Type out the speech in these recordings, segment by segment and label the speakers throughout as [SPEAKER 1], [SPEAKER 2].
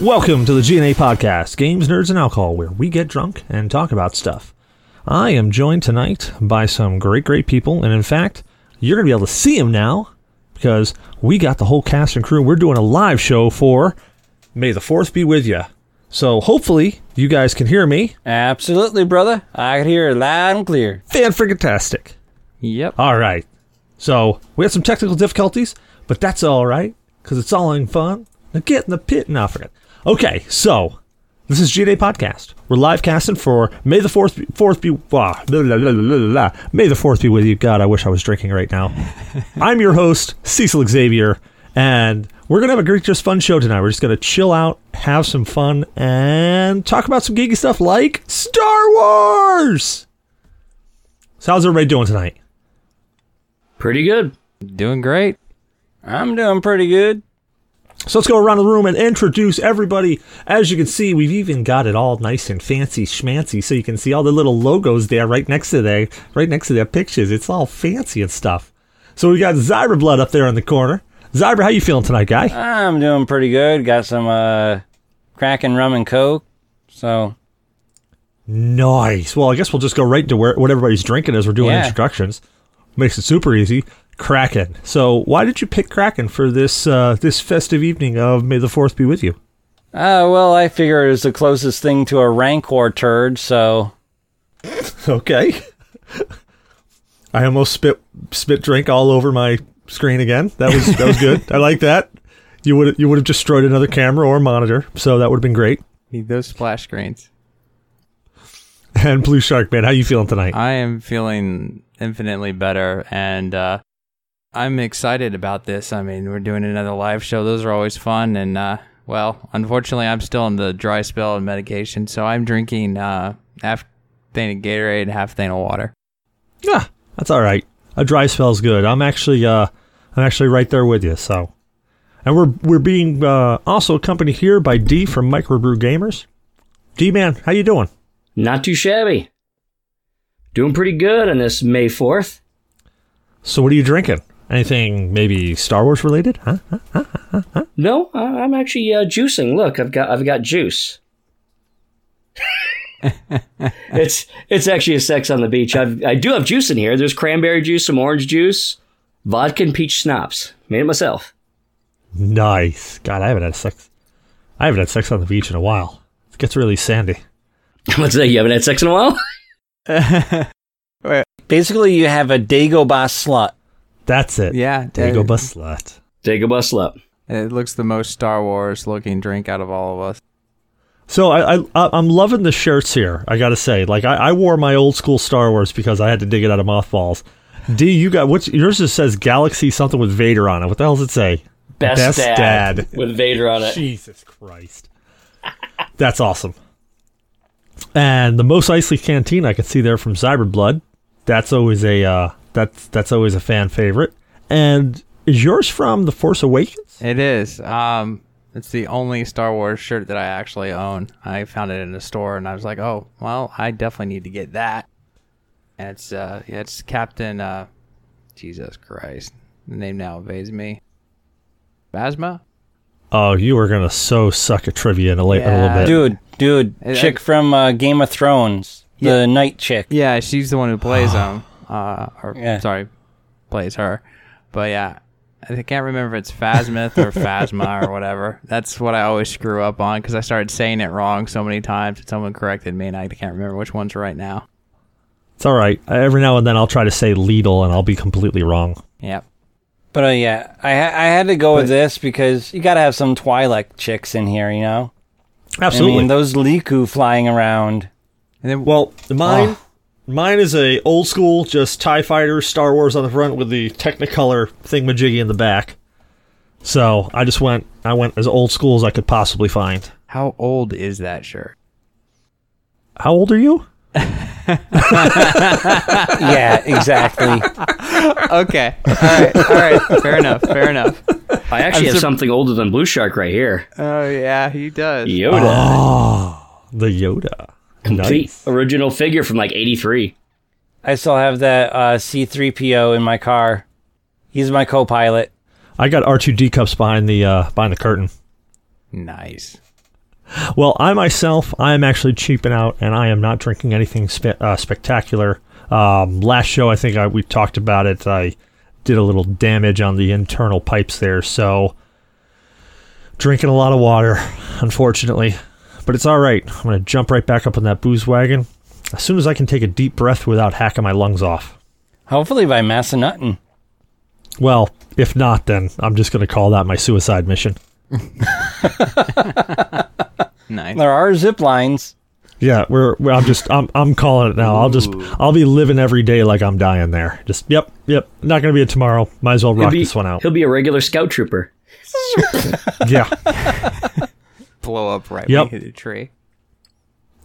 [SPEAKER 1] Welcome to the G&A Podcast, Games, Nerds, and Alcohol, where we get drunk and talk about stuff. I am joined tonight by some great, great people, and in fact, you're going to be able to see them now because we got the whole cast and crew. We're doing a live show for May the 4th be with you. So hopefully you guys can hear me.
[SPEAKER 2] Absolutely, brother. I could hear it loud and clear.
[SPEAKER 1] Fan frigatastic.
[SPEAKER 2] Yep.
[SPEAKER 1] All right. So we had some technical difficulties, but that's all right because it's all in fun. Now get in the pit and I forget. Okay, so this is G Day Podcast. We're live casting for May the Fourth. be- Fourth be ah, blah, blah, blah, blah, blah. May the Fourth be with you. God, I wish I was drinking right now. I'm your host Cecil Xavier, and we're gonna have a great, just fun show tonight. We're just gonna chill out, have some fun, and talk about some geeky stuff like Star Wars. So how's everybody doing tonight?
[SPEAKER 3] Pretty good.
[SPEAKER 2] Doing great. I'm doing pretty good.
[SPEAKER 1] So let's go around the room and introduce everybody. As you can see, we've even got it all nice and fancy schmancy, so you can see all the little logos there right next to their right next to their pictures. It's all fancy and stuff. So we got Zyber Blood up there in the corner. Zyber, how you feeling tonight, guy?
[SPEAKER 2] I'm doing pretty good. Got some uh cracking rum and coke. So
[SPEAKER 1] Nice. Well, I guess we'll just go right to where what everybody's drinking as we're doing
[SPEAKER 2] Yeah.
[SPEAKER 1] introductions. Makes it super easy. Kraken. So why did you pick Kraken for this uh, this festive evening of May the Fourth be with you?
[SPEAKER 2] uh well I figure it was the closest thing to a rancor turd, so
[SPEAKER 1] Okay. I almost spit spit drink all over my screen again. That was that was good. I like that. You would you would have destroyed another camera or monitor, so that would have been great.
[SPEAKER 3] Need those splash screens.
[SPEAKER 1] And Blue Shark Man, how you feeling tonight?
[SPEAKER 3] I am feeling infinitely better and uh I'm excited about this. I mean, we're doing another live show. Those are always fun and uh well, unfortunately I'm still on the dry spell and medication, so I'm drinking uh half thing of Gatorade, half thing of water.
[SPEAKER 1] Yeah, that's all right. A dry spell's good. I'm actually uh I'm actually right there with you. So, and we're we're being uh, also accompanied here by D from Microbrew Gamers. D man, how you doing?
[SPEAKER 4] Not too shabby. Doing pretty good on this May 4th.
[SPEAKER 1] So, what are you drinking? Anything maybe Star Wars related? Huh?
[SPEAKER 4] No, I- I'm actually uh, juicing. Look, I've got I've got juice. it's it's actually a sex on the beach. I've, I do have juice in here. There's cranberry juice, some orange juice, vodka and peach schnapps. Made it myself.
[SPEAKER 1] Nice. God, I haven't had sex. I haven't had sex on the beach in a while. It gets really sandy.
[SPEAKER 4] What's that? You haven't had sex in a while?
[SPEAKER 2] basically you have a Dagobah slut.
[SPEAKER 1] That's it.
[SPEAKER 3] Yeah,
[SPEAKER 1] Dago
[SPEAKER 3] dude.
[SPEAKER 1] bus slut.
[SPEAKER 4] Take a bus up.
[SPEAKER 3] It looks the most Star Wars looking drink out of all of us.
[SPEAKER 1] So I, I I- I'm loving the shirts here. I gotta say, like I, I wore my old school Star Wars because I had to dig it out of mothballs. D, you got what's yours? Just says Galaxy something with Vader on it. What the hell does it say?
[SPEAKER 4] Best,
[SPEAKER 1] Best
[SPEAKER 4] dad,
[SPEAKER 1] dad.
[SPEAKER 4] with Vader on it.
[SPEAKER 1] Jesus Christ. That's awesome. And the most icy canteen I can see there from Cyberblood. That's always a uh, that's that's always a fan favorite. And is yours from The Force Awakens?
[SPEAKER 3] It is. Um, it's the only Star Wars shirt that I actually own. I found it in a store, and I was like, "Oh, well, I definitely need to get that." And it's uh, yeah, it's Captain. Uh, Jesus Christ, the name now evades me. Basma.
[SPEAKER 1] Oh, you are gonna so suck at trivia in a, la- in a little
[SPEAKER 3] Yeah.
[SPEAKER 1] bit.
[SPEAKER 2] Dude, dude,
[SPEAKER 3] I-
[SPEAKER 2] chick from uh, Game of Thrones.
[SPEAKER 3] Yeah.
[SPEAKER 2] The night chick.
[SPEAKER 3] Yeah, she's the one who plays him. Uh, or
[SPEAKER 2] Yeah.
[SPEAKER 3] sorry, plays her. But yeah, I can't remember if it's Phasmith or Phasma or whatever. That's what I always screw up on because I started saying it wrong so many times that someone corrected me, and I can't remember which one's right now.
[SPEAKER 1] It's all right. Every now and then I'll try to say Lidl and I'll be completely wrong.
[SPEAKER 3] Yep.
[SPEAKER 2] But uh, yeah, I ha- I had to go with this because you got to have some Twi'lek chicks in here, you know. I mean, those Liku flying around.
[SPEAKER 3] And then
[SPEAKER 1] well, mine mine is a old school, just Tie Fighter Star Wars on the front with the Technicolor thingamajiggy in the back. So I just went I went as old school as I could possibly find.
[SPEAKER 3] how old is that shirt?
[SPEAKER 1] How old are you?
[SPEAKER 2] yeah, exactly.
[SPEAKER 3] Okay. All right. All right. Fair enough. Fair enough.
[SPEAKER 4] I actually
[SPEAKER 3] I'm
[SPEAKER 4] have
[SPEAKER 3] sur-
[SPEAKER 4] something older than Blue Shark right here.
[SPEAKER 3] Oh yeah, he does.
[SPEAKER 4] Yoda,
[SPEAKER 1] The Yoda.
[SPEAKER 4] complete
[SPEAKER 1] nice.
[SPEAKER 4] original figure from like '83.
[SPEAKER 2] I still have that uh, C3PO in my car. He's my co-pilot.
[SPEAKER 1] I got R two D cups behind the uh, behind the curtain.
[SPEAKER 3] Nice.
[SPEAKER 1] Well, I myself, I am actually cheaping out, and I am not drinking anything spe- uh, spectacular. Um, last show, I think I, we talked about it. I did a little damage on the internal pipes there, so drinking a lot of water, unfortunately. But it's all right. I'm gonna jump right back up on that booze wagon as soon as I can take a deep breath without hacking my lungs off.
[SPEAKER 2] Hopefully by Massanutten.
[SPEAKER 1] Well, if not, then I'm just gonna call that my suicide mission.
[SPEAKER 3] Nice.
[SPEAKER 2] There are zip lines.
[SPEAKER 1] Yeah, we're, we're I'm just I'm I'm calling it now. I'll just I'll be living every day like I'm dying there. Just yep, yep. Not gonna be a tomorrow. Might as well rock
[SPEAKER 4] He'll be-
[SPEAKER 1] this one out.
[SPEAKER 4] He'll be a regular scout trooper.
[SPEAKER 1] Yeah,
[SPEAKER 3] Blow up right
[SPEAKER 1] Yep.
[SPEAKER 3] yep. the tree.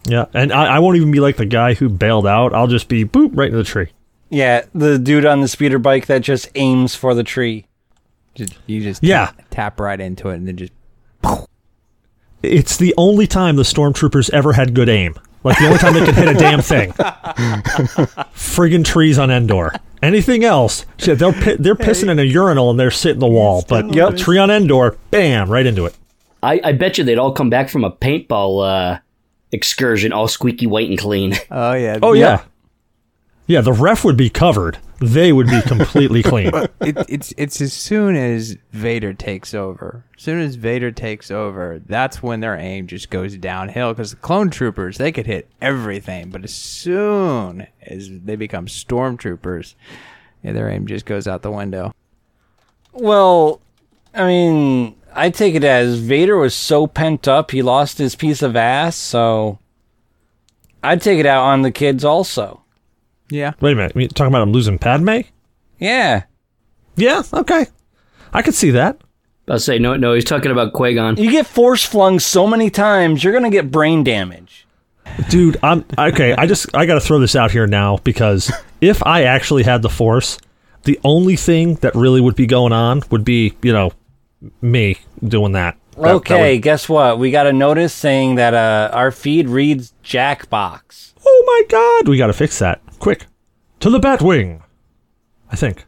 [SPEAKER 1] yeah. And I, I won't even be like the guy who bailed out. I'll just be boop right into the tree.
[SPEAKER 2] Yeah, the dude on the speeder bike that just aims for the tree.
[SPEAKER 3] Just, you just
[SPEAKER 1] Yeah.
[SPEAKER 3] tap, tap right into it and then just
[SPEAKER 1] It's the only time the stormtroopers ever had good aim. Like the only time they could hit a damn thing. Friggin' trees on Endor. Anything else? Shit, they're pi- they're pissing in a urinal and they're sitting in the wall. But yep, tree on Endor, bam, right into it.
[SPEAKER 4] I, I bet you they'd all come back from a paintball uh, excursion all squeaky white and clean.
[SPEAKER 3] Oh yeah.
[SPEAKER 1] Oh yeah. Yeah, the ref would be covered. They would be completely clean.
[SPEAKER 3] it, it's it's as soon as Vader takes over. As soon as Vader takes over, that's when their aim just goes downhill. Because the clone troopers, they could hit everything, but as soon as they become stormtroopers, yeah, their aim just goes out the window.
[SPEAKER 2] Well, I mean, I take it as Vader was so pent up he lost his piece of ass, so I take it out on the kids also.
[SPEAKER 3] Yeah,
[SPEAKER 1] Wait a minute. You talking about him losing Padme?
[SPEAKER 2] Yeah.
[SPEAKER 1] Yeah, okay. I could see that.
[SPEAKER 4] I'll say no, no. He's talking about Qui-Gon.
[SPEAKER 2] You get force flung so many times, you're going to get brain damage.
[SPEAKER 1] Dude, I'm okay, I just I got to throw this out here now because if I actually had the force, the only thing that really would be going on would be, you know, me doing that. That- that
[SPEAKER 2] okay,
[SPEAKER 1] would-
[SPEAKER 2] guess what? We got a notice saying that uh, our feed reads Jackbox.
[SPEAKER 1] oh my god, we got to fix that. Quick. To the Batwing. I think.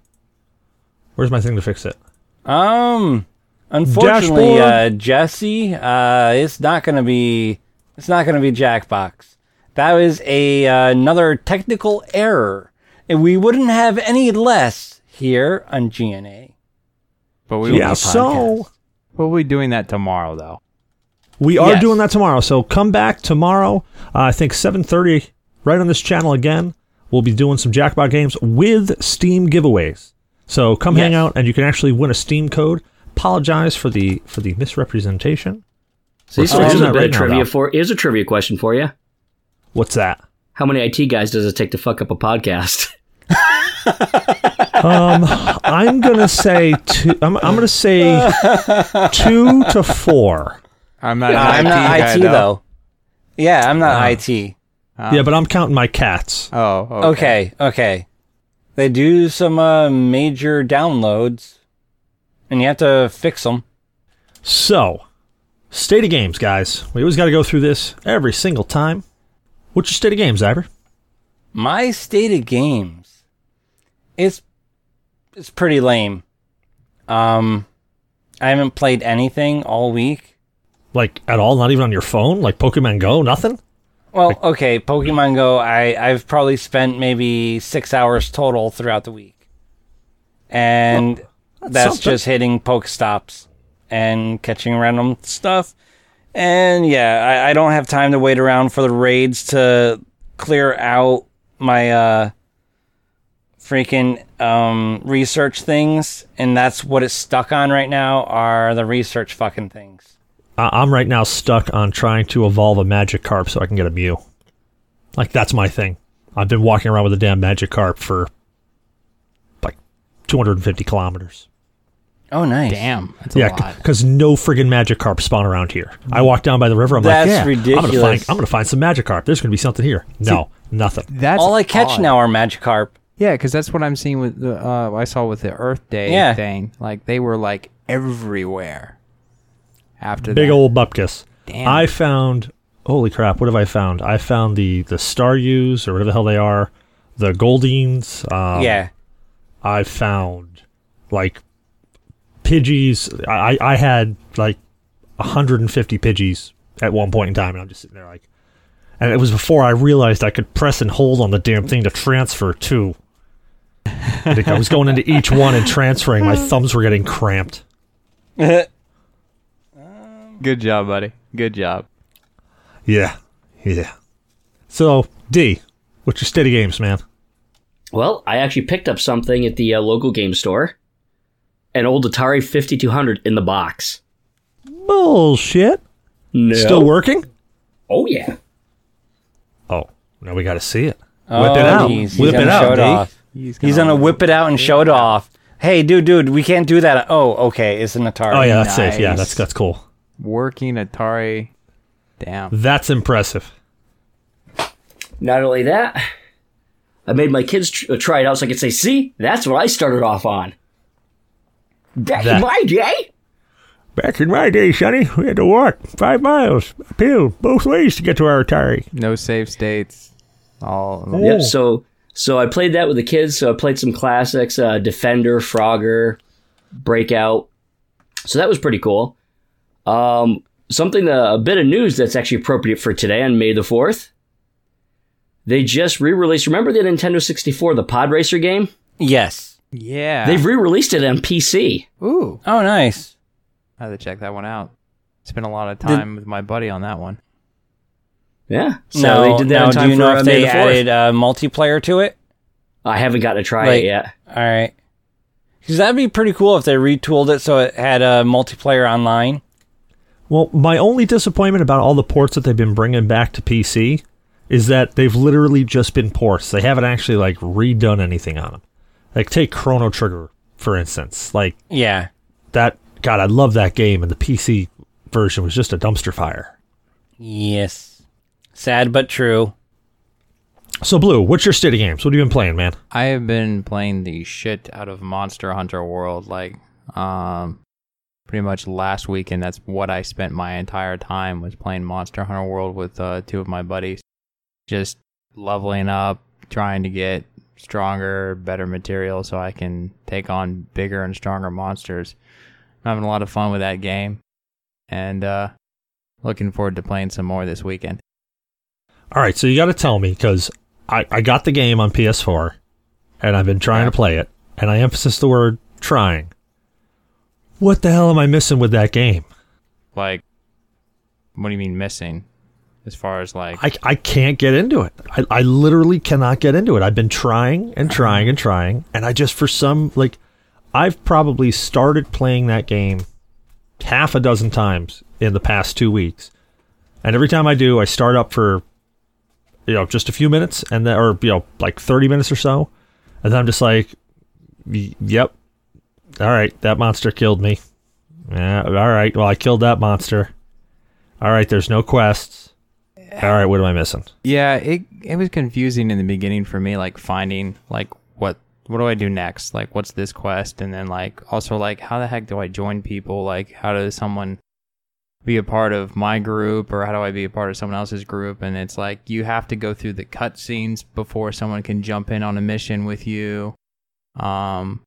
[SPEAKER 1] Where's my thing to fix it?
[SPEAKER 2] Um, unfortunately,
[SPEAKER 1] Dashboard.
[SPEAKER 2] uh, Jesse, uh, it's not gonna be, it's not gonna be Jackbox. That was a uh, another technical error, and we wouldn't have any less here on GNA.
[SPEAKER 3] but we
[SPEAKER 1] Yeah, so
[SPEAKER 2] podcast.
[SPEAKER 3] we'll be doing that tomorrow though.
[SPEAKER 1] We are
[SPEAKER 2] Yes.
[SPEAKER 1] doing that tomorrow, so come back tomorrow. Uh, I think 7:30, right on this channel again. We'll be doing some Jackpot games with Steam giveaways. So come hang
[SPEAKER 2] Yes.
[SPEAKER 1] out, and you can actually win a Steam code. Apologize for the for the misrepresentation.
[SPEAKER 4] So here's,
[SPEAKER 1] We're
[SPEAKER 4] here's
[SPEAKER 1] doing
[SPEAKER 4] a
[SPEAKER 1] that
[SPEAKER 4] bit
[SPEAKER 1] right
[SPEAKER 4] of
[SPEAKER 1] now,
[SPEAKER 4] trivia
[SPEAKER 1] though.
[SPEAKER 4] for. Here's a trivia question for you.
[SPEAKER 1] What's that?
[SPEAKER 4] How many IT guys does it take to fuck up a podcast?
[SPEAKER 1] Um, I'm gonna say two. I'm, I'm gonna say two to four.
[SPEAKER 3] I'm not.
[SPEAKER 2] Uh, I'm
[SPEAKER 3] an
[SPEAKER 2] not
[SPEAKER 3] IT guy, Uh-huh. Um,
[SPEAKER 2] IT though. Yeah, I'm not IT.
[SPEAKER 3] Ah.
[SPEAKER 1] yeah, but I'm counting my cats.
[SPEAKER 3] Oh, okay.
[SPEAKER 2] Okay, okay. They do some uh, major downloads, and you have to fix them.
[SPEAKER 1] So, state of games, guys. We always got to go through this every single time. What's your state of games, Ivor?
[SPEAKER 2] My state of games. It's it's pretty lame. Um I haven't played anything all week.
[SPEAKER 1] Like at all? Not even on your phone? Like Pokemon Go? Nothing?
[SPEAKER 2] Well, okay, Pokemon Go, I, I've probably spent maybe six hours total throughout the week. And
[SPEAKER 1] that's
[SPEAKER 2] that's,
[SPEAKER 1] something.
[SPEAKER 2] just hitting Pokestops and catching random stuff. And yeah, I, I don't have time to wait around for the raids to clear out my uh freaking um research things and that's what it's stuck on right now are the research fucking things.
[SPEAKER 1] I- I'm right now stuck on trying to evolve a Magikarp so I can get a Mew. Like that's my thing. I've been walking around with a damn Magikarp for like 250 kilometers.
[SPEAKER 2] Oh nice.
[SPEAKER 3] Damn, that's a
[SPEAKER 1] Yeah,
[SPEAKER 3] lot.
[SPEAKER 1] because no friggin' Magikarp spawn around here. I walk down by the river. I'm
[SPEAKER 2] That's
[SPEAKER 1] like, yeah, I'm gonna find,
[SPEAKER 2] ridiculous.
[SPEAKER 1] I'm gonna find some Magikarp. There's gonna be something here. No, nothing.
[SPEAKER 3] That's
[SPEAKER 2] All I catch
[SPEAKER 3] odd.
[SPEAKER 2] now are Magikarp.
[SPEAKER 3] Yeah, because that's what I'm seeing with the uh, I saw with the Earth Day
[SPEAKER 2] Yeah.
[SPEAKER 3] thing. Like they were like everywhere. After
[SPEAKER 1] Big
[SPEAKER 3] that.
[SPEAKER 1] old bupkis.
[SPEAKER 3] Damn.
[SPEAKER 1] I found holy crap, what have I found? I found the the Starus or whatever the hell they are, the Goldines. Um,
[SPEAKER 2] yeah.
[SPEAKER 1] I found like Pidgeys. I I I had like 150 Pidgeys at one point in time, and I'm just sitting there like, and it was before I realized I could press and hold on the damn thing to transfer too. I think I was going into each one and transferring. My thumbs were getting cramped.
[SPEAKER 3] Good job, buddy. Good job.
[SPEAKER 1] Yeah, yeah. So D, what's your state of games, man?
[SPEAKER 4] Well, I actually picked up something at the uh, local game store an old Atari 5200 in the box.
[SPEAKER 1] Bullshit.
[SPEAKER 4] No.
[SPEAKER 1] Still working?
[SPEAKER 4] Oh, yeah.
[SPEAKER 1] Oh, now we got to see it.
[SPEAKER 2] Oh,
[SPEAKER 1] Whip it out.
[SPEAKER 2] geez, he's
[SPEAKER 1] Whip
[SPEAKER 2] gonna
[SPEAKER 1] it
[SPEAKER 2] show
[SPEAKER 1] out, D.
[SPEAKER 2] off.
[SPEAKER 3] He's
[SPEAKER 2] He's gonna whip it out and show it off. Hey, dude, dude, we can't do that. Oh, okay, it's an Atari.
[SPEAKER 1] Oh yeah, that's safe. Yeah,
[SPEAKER 3] Nice.
[SPEAKER 1] that's that's cool.
[SPEAKER 3] working Atari. Damn.
[SPEAKER 1] That's impressive.
[SPEAKER 4] Not only that, I made my kids tr- uh, try it out so I could say, see, that's what I started off on. Back
[SPEAKER 1] That-
[SPEAKER 4] in my day?
[SPEAKER 1] Back in my day, Sonny, we had to walk five miles uphill both ways to get to our Atari.
[SPEAKER 3] No save states. All
[SPEAKER 1] Oh.
[SPEAKER 4] Yep. So so I played that with the kids. So I played some classics: uh, Defender, Frogger, Breakout. So that was pretty cool. Um, something uh, a bit of news that's actually appropriate for today on May the fourth. They just re-released. Remember the Nintendo sixty four, the Pod Racer game?
[SPEAKER 2] Yes.
[SPEAKER 3] yeah.
[SPEAKER 4] They've re-released it on PC.
[SPEAKER 3] Ooh.
[SPEAKER 2] Oh, nice.
[SPEAKER 3] I had to check that one out. Spent a lot of time with my buddy on that one.
[SPEAKER 4] Yeah. So
[SPEAKER 2] now,
[SPEAKER 4] they did that
[SPEAKER 2] now,
[SPEAKER 4] on time
[SPEAKER 2] do you know
[SPEAKER 4] for uh,
[SPEAKER 2] if
[SPEAKER 4] May
[SPEAKER 2] they
[SPEAKER 4] the
[SPEAKER 2] added
[SPEAKER 4] fourth.
[SPEAKER 2] uh, multiplayer to it?
[SPEAKER 4] I haven't got to try
[SPEAKER 2] Like-
[SPEAKER 4] it yet.
[SPEAKER 2] All right. Because that'd be pretty cool if they retooled it so it had a multiplayer online.
[SPEAKER 1] Well, my only disappointment about all the ports that they've been bringing back to PC is that they've literally just been ports. They haven't actually like redone anything on them. Like take Chrono Trigger for instance. Like
[SPEAKER 2] Yeah.
[SPEAKER 1] that. God, I love that game, and the PC version was just a dumpster fire.
[SPEAKER 2] Yes. Sad but true.
[SPEAKER 1] So, Blue, what's your state of games? What have you been playing, man?
[SPEAKER 3] I have been playing the shit out of Monster Hunter World like um pretty much last week and that's what I spent my entire time was playing Monster Hunter World with uh two of my buddies just leveling up, trying to get stronger, better material so I can take on bigger and stronger monsters. I'm having a lot of fun with that game and uh looking forward to playing some more this weekend.
[SPEAKER 1] All right, so you got to tell me because I, I got the game on PS4 and I've been trying to play it, and I emphasize the word trying. What the hell am I missing with that game?
[SPEAKER 3] Like what do you mean missing? As far as like
[SPEAKER 1] I, I can't get into it. I, I literally cannot get into it. I've been trying and trying and trying, and I just, for some, like, I've probably started playing that game half a dozen times in the past two weeks. And every time I do, I start up for, you know, just a few minutes, and then, or, you know, like 30 minutes or so. And then I'm just like, y- yep. All right, that monster killed me. Yeah, all right, well, I killed that monster. All right, there's no quests. All right, what am I missing?
[SPEAKER 3] Yeah, it it was confusing in the beginning for me, like finding like what what do I do next? Like what's this quest? And then like also like how the heck do I join people? Like how does someone be a part of my group or how do I be a part of someone else's group? And it's like you have to go through the cutscenes before someone can jump in on a mission with you. Um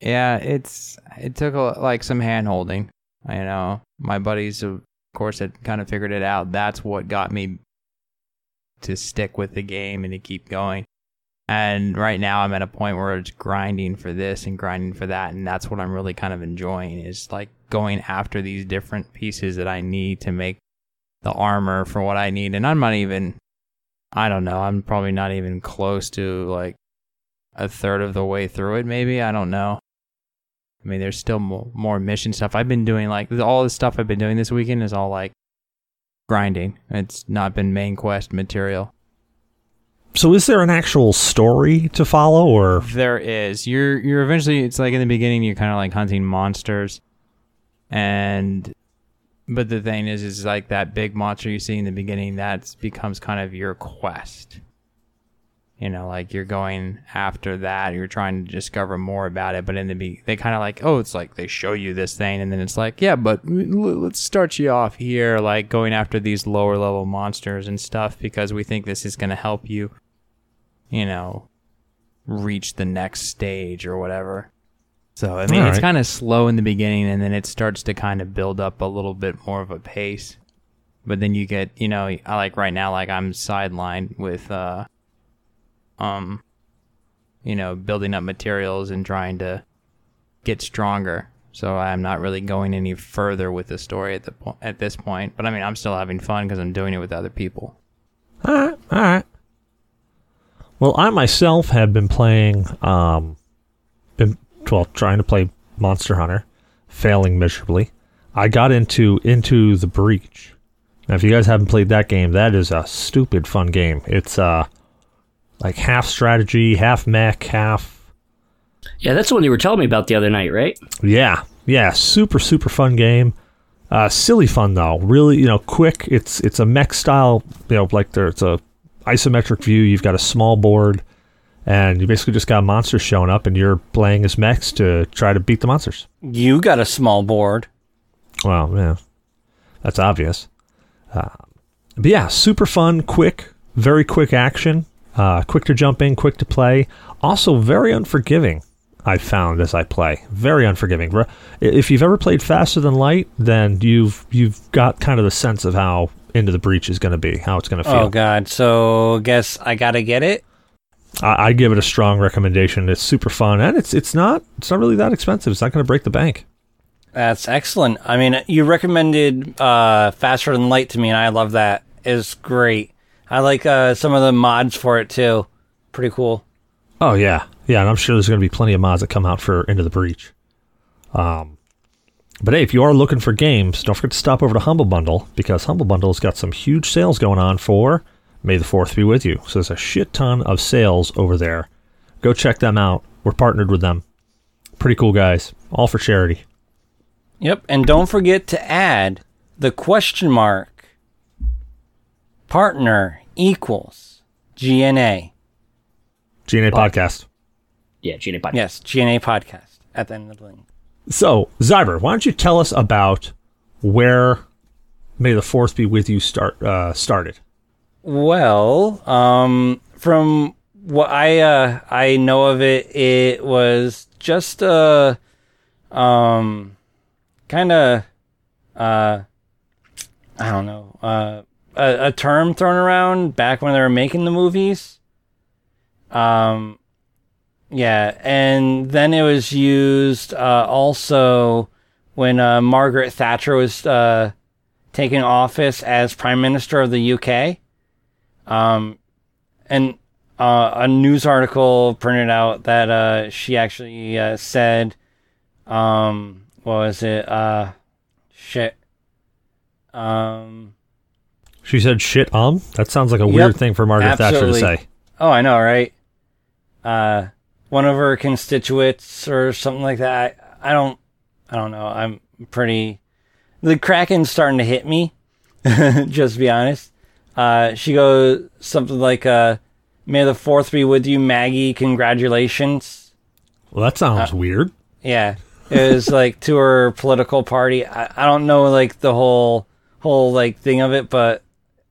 [SPEAKER 3] yeah, it's it took a, like some hand holding. You know, my buddies of course had kind of figured it out. That's what got me to stick with the game and to keep going. And right now I'm at a point where it's grinding for this and grinding for that and that's what I'm really kind of enjoying is like going after these different pieces that I need to make the armor for what I need and I'm not even I don't know, I'm probably not even close to like a third of the way through it maybe, I don't know. I mean, there's still mo- more mission stuff. I've been doing like all the stuff I've been doing this weekend is all like grinding. It's not been main quest material.
[SPEAKER 1] So, is there an actual story to follow, or
[SPEAKER 3] There is. You're you're eventually it's like in the beginning you're kinda like hunting monsters and but the thing is is like that big monster you see in the beginning that becomes kind of your quest. You know, like you're going after that, you're trying to discover more about it, but in the be they kind of like, oh, it's like they show you this thing and then it's like, yeah, but l- let's start you off here like going after these lower level monsters and stuff because we think this is going to help you, you know, reach the next stage or whatever. So I mean,
[SPEAKER 1] All
[SPEAKER 3] it's
[SPEAKER 1] right.
[SPEAKER 3] kind of slow in the beginning, and then it starts to kind of build up a little bit more of a pace. But then you get, you know, I like right now, like I'm sidelined with, uh, um, you know, building up materials and trying to get stronger. So I'm not really going any further with the story at the po- at this point. But I mean, I'm still having fun because I'm doing it with other people.
[SPEAKER 1] All right, all right. Well, I myself have been playing, um, been well trying to play Monster Hunter, failing miserably. I got into Into the Breach. Now, if you guys haven't played that game, that is a stupid fun game. It's uh, like half strategy, half mech, half
[SPEAKER 4] Yeah, that's the one you were telling me about the other night, right?
[SPEAKER 1] yeah, yeah, super super fun game. Uh, silly fun though. Really, you know, quick. It's it's a mech style. You know, like there, it's a isometric view. You've got a small board, and you basically just got monsters showing up, and you're playing as mechs to try to beat the monsters.
[SPEAKER 2] You got a small board.
[SPEAKER 1] Well, yeah, that's obvious. Uh, but yeah, super fun, quick, very quick action, uh, quick to jump in, quick to play. Also, very unforgiving. I found as I play, very unforgiving. Re- If you've ever played Faster Than Light, then you've you've got kind of the sense of how Into the Breach is going to be, how it's going to feel.
[SPEAKER 2] Oh god. So guess I gotta get it.
[SPEAKER 1] I, I give it a strong recommendation. It's super fun, and it's it's not it's not really that expensive. It's not going to break the bank.
[SPEAKER 2] That's excellent. I mean, you recommended uh, Faster Than Light to me, and I love that. It's great. I like uh, some of the mods for it too. Pretty cool.
[SPEAKER 1] Oh yeah, yeah, and I'm sure there's going to be plenty of mods that come out for Into the Breach. Um, but hey, if you are looking for games, don't forget to stop over to Humble Bundle because Humble Bundle's got some huge sales going on for May the Fourth be with you. So there's a shit ton of sales over there. Go check them out. We're partnered with them. Pretty cool guys. All for charity.
[SPEAKER 2] Yep. And don't forget to add the question mark partner equals GNA.
[SPEAKER 1] GNA podcast.
[SPEAKER 4] Yeah, Genie Podcast.
[SPEAKER 2] Yes, GNA podcast at the end of the link.
[SPEAKER 1] So Zyber, why don't you tell us about where May the Fourth be with you start uh, started?
[SPEAKER 2] Well, um, from what I uh, I know of it, it was just a um, kind of uh, I don't know uh, a, a term thrown around back when they were making the movies. Um, yeah, and then it was used uh, also when uh, Margaret Thatcher was uh, taking office as Prime Minister of the UK um, and uh, a news article printed out that uh, she actually uh, said, um, what was it? Uh, shit. Um,
[SPEAKER 1] She said shit um? That sounds like a
[SPEAKER 2] Yep.
[SPEAKER 1] weird thing for Margaret Thatcher
[SPEAKER 2] Absolutely.
[SPEAKER 1] to say.
[SPEAKER 2] oh, I know, right? Uh, one of her constituents or something like that. I, I don't, I don't know. I'm pretty. The Kraken's starting to hit me. just to be honest. Uh, she goes something like, uh, "May the fourth be with you, Maggie. Congratulations."
[SPEAKER 1] Well, that
[SPEAKER 2] Uh,
[SPEAKER 1] sounds weird.
[SPEAKER 2] Yeah, it was like to her political party. I, I don't know like the whole whole like thing of it, but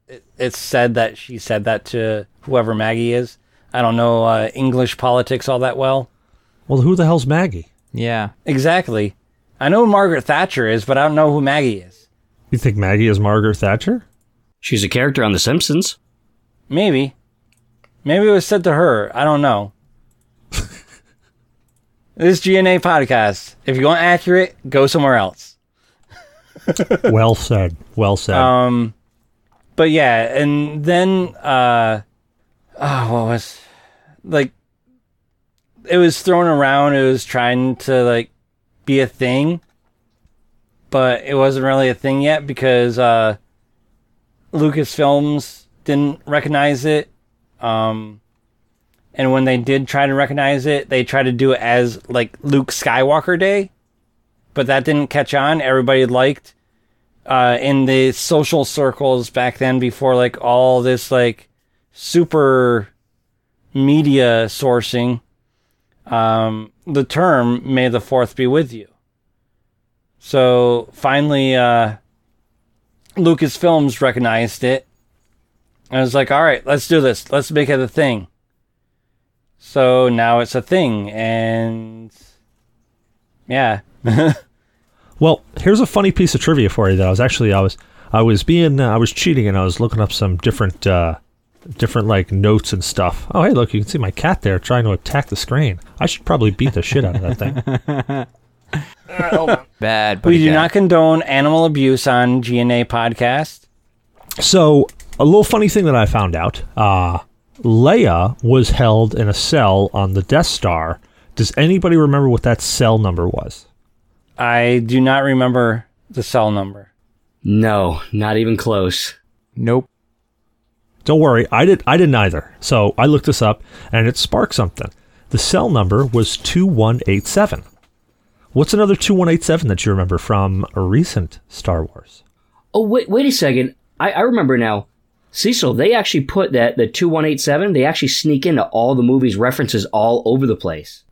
[SPEAKER 2] it, it's said that she said that to whoever Maggie is. I don't know uh, English politics all that well.
[SPEAKER 1] Well, who the hell's Maggie?
[SPEAKER 3] Yeah,
[SPEAKER 2] Exactly. I know who Margaret Thatcher is, but I don't know who Maggie is.
[SPEAKER 1] You think Maggie is Margaret Thatcher?
[SPEAKER 4] She's a character on The Simpsons.
[SPEAKER 2] Maybe, maybe it was said to her. I don't know. this GNA podcast. If you want accurate, go somewhere else.
[SPEAKER 1] well said. Well said.
[SPEAKER 2] Um, but yeah, and then uh, oh, what was like? It was thrown around. It was trying to like be a thing, but it wasn't really a thing yet because uh, Lucasfilms didn't recognize it. Um, and when they did try to recognize it, they tried to do it as like Luke Skywalker Day, but that didn't catch on. Everybody liked uh, in the social circles back then before like all this like super media sourcing um, the term may the fourth be with you so finally uh, lucasfilms recognized it i was like all right let's do this let's make it a thing so now it's a thing and yeah
[SPEAKER 1] well, here's a funny piece of trivia for you that I was actually I was I was being uh, I was cheating and I was looking up some different uh, different like notes and stuff. Oh hey, look, you can see my cat there trying to attack the screen. I should probably beat the shit out of that thing.
[SPEAKER 3] Bad.
[SPEAKER 2] We
[SPEAKER 3] buddy
[SPEAKER 2] do
[SPEAKER 3] cat.
[SPEAKER 2] not condone animal abuse on GNA podcast.
[SPEAKER 1] So a little funny thing that I found out: uh, Leia was held in a cell on the Death Star. Does anybody remember what that cell number was?
[SPEAKER 2] I do not remember the cell number.
[SPEAKER 4] No, not even close.
[SPEAKER 3] Nope.
[SPEAKER 1] Don't worry, I did I didn't either. So I looked this up and it sparked something. The cell number was 2187. What's another 2187 that you remember from a recent Star Wars?
[SPEAKER 4] Oh wait, wait a second. I, I remember now. Cecil, they actually put that the two one eight seven. They actually sneak into all the movies references all over the place.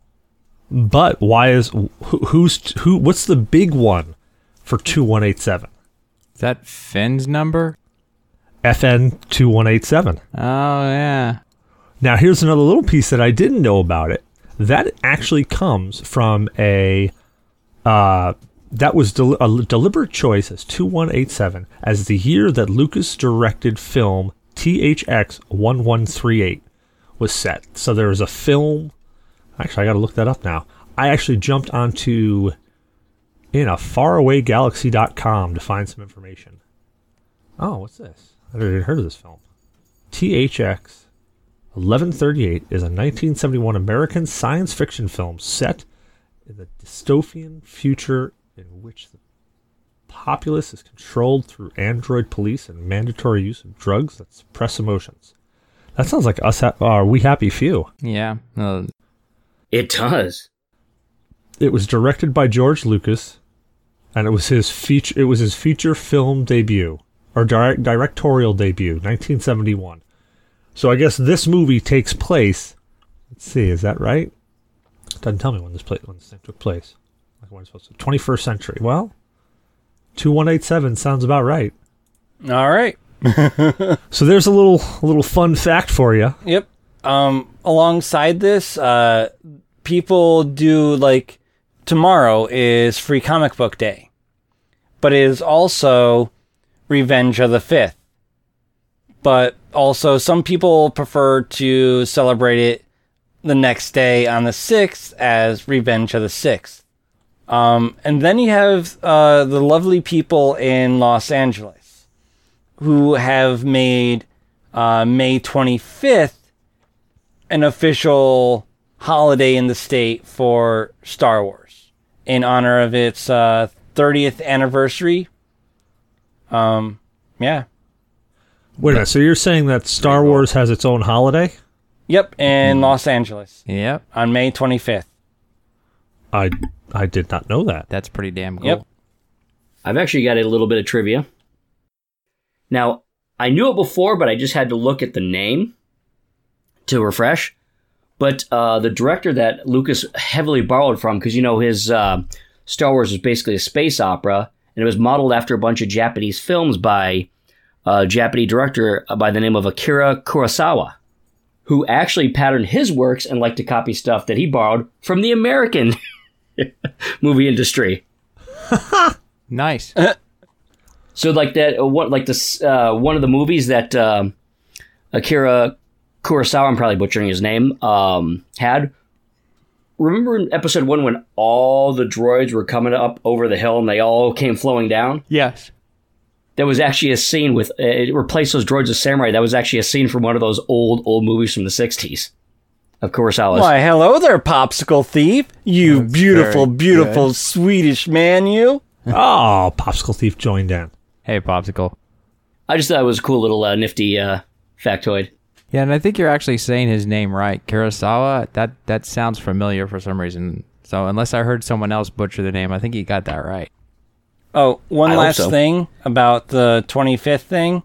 [SPEAKER 1] But why is who, who's who what's the big one for 2187?
[SPEAKER 3] Is that Finn's number?
[SPEAKER 1] FN 2187.
[SPEAKER 3] Oh yeah.
[SPEAKER 1] Now, here's another little piece that I didn't know about it. That actually comes from a uh, that was del- a l- deliberate choice as 2187 as the year that Lucas directed film THX 1138 was set. So there was a film. Actually, I got to look that up now. I actually jumped onto in a farawayGalaxy.com to find some information. Oh, what's this? I never even heard of this film. THX 1138 is a 1971 American science fiction film set in the dystopian future in which the populace is controlled through android police and mandatory use of drugs that suppress emotions. That sounds like us ha- are we happy few.
[SPEAKER 3] Yeah. Uh,
[SPEAKER 4] It does.
[SPEAKER 1] It was directed by George Lucas and it was his feature it was his feature film debut or dir- directorial debut 1971. So I guess this movie takes place let's see is that right? doesn't tell me when this play, when this thing took place. Like when it's supposed to. Twenty first century. Well, two one eight seven sounds about right.
[SPEAKER 2] All right.
[SPEAKER 1] So there's a little a little fun fact for you.
[SPEAKER 2] Yep. Um, alongside this, uh, people do like tomorrow is Free Comic Book Day, but it is also Revenge of the Fifth. But also, some people prefer to celebrate it the next day on the sixth as Revenge of the Sixth. Um, and then you have uh, the lovely people in Los Angeles who have made uh, May 25th an official holiday in the state for Star Wars in honor of its uh, 30th anniversary. Um, yeah.
[SPEAKER 1] Wait a minute. So you're saying that Star Wars has its own holiday?
[SPEAKER 2] Yep, in Los Angeles
[SPEAKER 3] yep.
[SPEAKER 2] on May 25th.
[SPEAKER 1] I I did not know that.
[SPEAKER 3] That's pretty damn cool.
[SPEAKER 2] Yep.
[SPEAKER 4] I've actually got a little bit of trivia. Now I knew it before, but I just had to look at the name to refresh. But uh, the director that Lucas heavily borrowed from, because you know his uh, Star Wars was basically a space opera, and it was modeled after a bunch of Japanese films by a Japanese director uh, by the name of Akira Kurosawa, who actually patterned his works and liked to copy stuff that he borrowed from the American movie industry.
[SPEAKER 3] Nice.
[SPEAKER 4] So like that, uh, what like this uh, one of the movies that um, Akira Kurosawa, I'm probably butchering his name, um, had. Remember in episode one when all the droids were coming up over the hill and they all came flowing down?
[SPEAKER 3] yes.
[SPEAKER 4] There was actually a scene with uh, it replaced those droids with samurai. That was actually a scene from one of those old old movies from the '60s of Kurosawa's.
[SPEAKER 2] Why, hello there, popsicle thief. You beautiful, beautiful Swedish man, you.
[SPEAKER 1] oh, Popsicle Thief joined in.
[SPEAKER 3] Hey, popsicle.
[SPEAKER 4] I just thought it was a cool little uh, nifty uh, factoid.
[SPEAKER 3] Yeah, and I think you're actually saying his name right, Kurosawa. That that sounds familiar for some reason. So unless I heard someone else butcher the name, I think he got that right.
[SPEAKER 2] Oh, one
[SPEAKER 4] I hope
[SPEAKER 2] last
[SPEAKER 4] so.
[SPEAKER 2] thing about the 25th thing.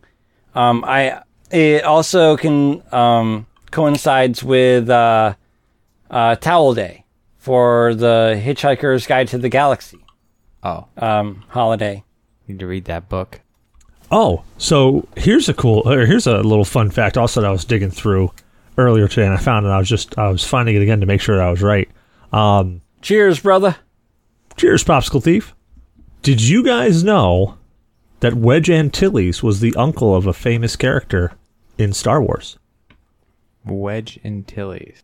[SPEAKER 2] Um, I it also can um, coincides with uh, uh, Towel Day for the Hitchhiker's Guide to the Galaxy
[SPEAKER 3] Oh,
[SPEAKER 2] um, holiday.
[SPEAKER 3] need to read that book.
[SPEAKER 1] Oh, so here's a cool, or here's a little fun fact. Also, that I was digging through earlier today, and I found it. I was just, I was finding it again to make sure that I was right. Um,
[SPEAKER 2] Cheers, brother.
[SPEAKER 1] cheers, popsicle thief. Did you guys know that Wedge Antilles was the uncle of a famous character in Star Wars.
[SPEAKER 3] Wedge and Tilly's.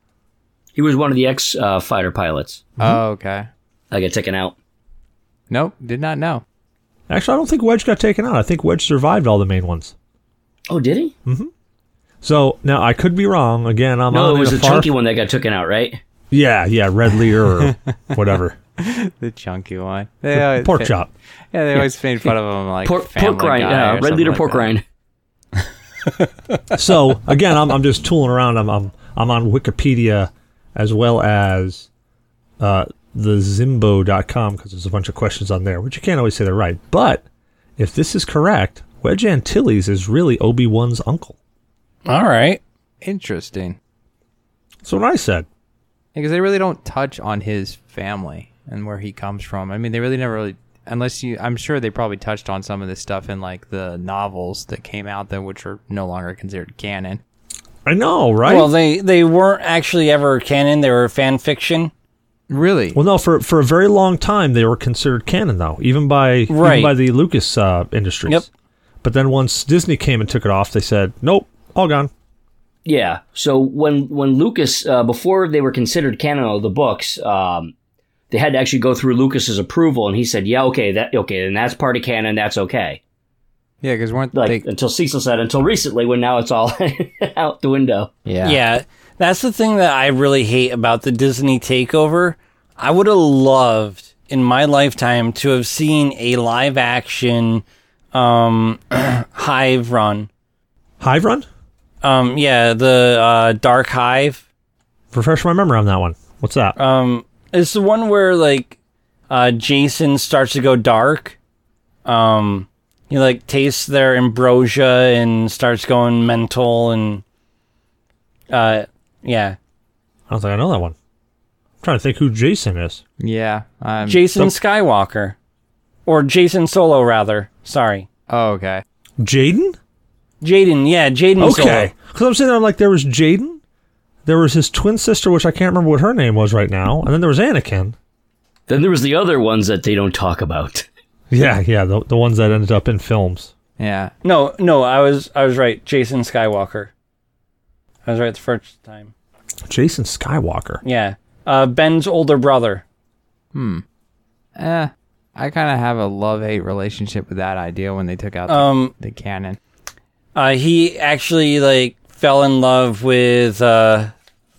[SPEAKER 4] He was one of the ex uh, fighter pilots.
[SPEAKER 3] Oh, okay.
[SPEAKER 4] I got taken out.
[SPEAKER 3] Nope, did not know.
[SPEAKER 1] Actually, I don't think Wedge got taken out. I think Wedge survived all the main ones.
[SPEAKER 4] Oh, did he?
[SPEAKER 1] So now I could be wrong. Again, I'm
[SPEAKER 4] No,
[SPEAKER 1] on
[SPEAKER 4] it was
[SPEAKER 1] a
[SPEAKER 4] the
[SPEAKER 1] far-
[SPEAKER 4] chunky one that got taken out, right?
[SPEAKER 1] Yeah, yeah, Red Leader or whatever.
[SPEAKER 3] The chunky one. They always
[SPEAKER 1] Pork
[SPEAKER 3] fa-
[SPEAKER 1] chop.
[SPEAKER 3] Yeah, they always made fun of him like
[SPEAKER 4] Pork,
[SPEAKER 3] Family
[SPEAKER 4] pork rind,
[SPEAKER 3] Guy
[SPEAKER 4] yeah,
[SPEAKER 3] or
[SPEAKER 4] red
[SPEAKER 3] something
[SPEAKER 4] leader
[SPEAKER 3] like
[SPEAKER 4] pork
[SPEAKER 3] that.
[SPEAKER 4] rind.
[SPEAKER 1] So again, I'm, I'm just tooling around. I'm, I'm I'm on Wikipedia as well as uh, the Zimbo.com because there's a bunch of questions on there, which you can't always say they're right. But if this is correct, Wedge Antilles is really Obi Wan's uncle.
[SPEAKER 2] All right.
[SPEAKER 3] Interesting,
[SPEAKER 1] That's what I said.
[SPEAKER 3] because they really don't touch on his family and where he comes from. I mean, they really never really, unless you. I'm sure they probably touched on some of this stuff in like the novels that came out then, which are no longer considered canon.
[SPEAKER 1] I know, right?
[SPEAKER 2] Well,
[SPEAKER 1] Well,
[SPEAKER 2] they they weren't actually ever canon. They were fan fiction.
[SPEAKER 3] Really?
[SPEAKER 1] no, for for a very long time they were considered canon though, even by even
[SPEAKER 2] Right.
[SPEAKER 1] by the Lucas uh, Industries.
[SPEAKER 2] Yep.
[SPEAKER 1] But then once Disney came and took it off, they said, "Nope, all gone."
[SPEAKER 4] Yeah. So when when Lucas uh, before they were considered canon of the books, um, they had to actually go through Lucas's approval, and he said, "Yeah, okay, that okay, then that's part of canon. That's okay."
[SPEAKER 3] yeah, because weren't
[SPEAKER 4] Like
[SPEAKER 2] uh,
[SPEAKER 3] they?
[SPEAKER 4] until Cecil said, until recently, when now it's all out the window.
[SPEAKER 2] Yeah. That's the thing that I really hate about the Disney takeover. I would have loved in my lifetime to have seen a live action um hive run.
[SPEAKER 1] Hive Run.
[SPEAKER 2] Um yeah, the uh Dark Hive.
[SPEAKER 1] Refresh my memory on that one. What's that?
[SPEAKER 2] Um, it's the one where like uh, Jason starts to go dark. Um, he like tastes their ambrosia and starts going mental and uh, yeah,
[SPEAKER 1] I don't think I know that one. I'm trying to think who Jason is.
[SPEAKER 3] Yeah. Um,
[SPEAKER 2] Jason Skywalker or Jason Solo rather. Sorry,
[SPEAKER 3] oh, okay.
[SPEAKER 1] Jaden?
[SPEAKER 2] Jaden. Yeah,
[SPEAKER 1] Hmm.
[SPEAKER 2] Jaden.
[SPEAKER 1] Okay. Because I'm sitting there, I'm like, there was Jaden, there was his twin sister, which I can't remember what her name was right now, and then there was Anakin.
[SPEAKER 4] Then there was the other ones that they don't talk about.
[SPEAKER 1] Yeah, yeah, the, the ones that ended up in films.
[SPEAKER 3] Yeah.
[SPEAKER 2] Solo. No, no, I was I was right. Jason Skywalker. I was right the first time.
[SPEAKER 1] Jason Skywalker.
[SPEAKER 2] Yeah. Uh, Ben's older brother.
[SPEAKER 3] Eh. I kind of have a love hate relationship with that idea when they took out the,
[SPEAKER 2] Um,
[SPEAKER 3] the canon.
[SPEAKER 2] Uh, he actually like fell in love with uh,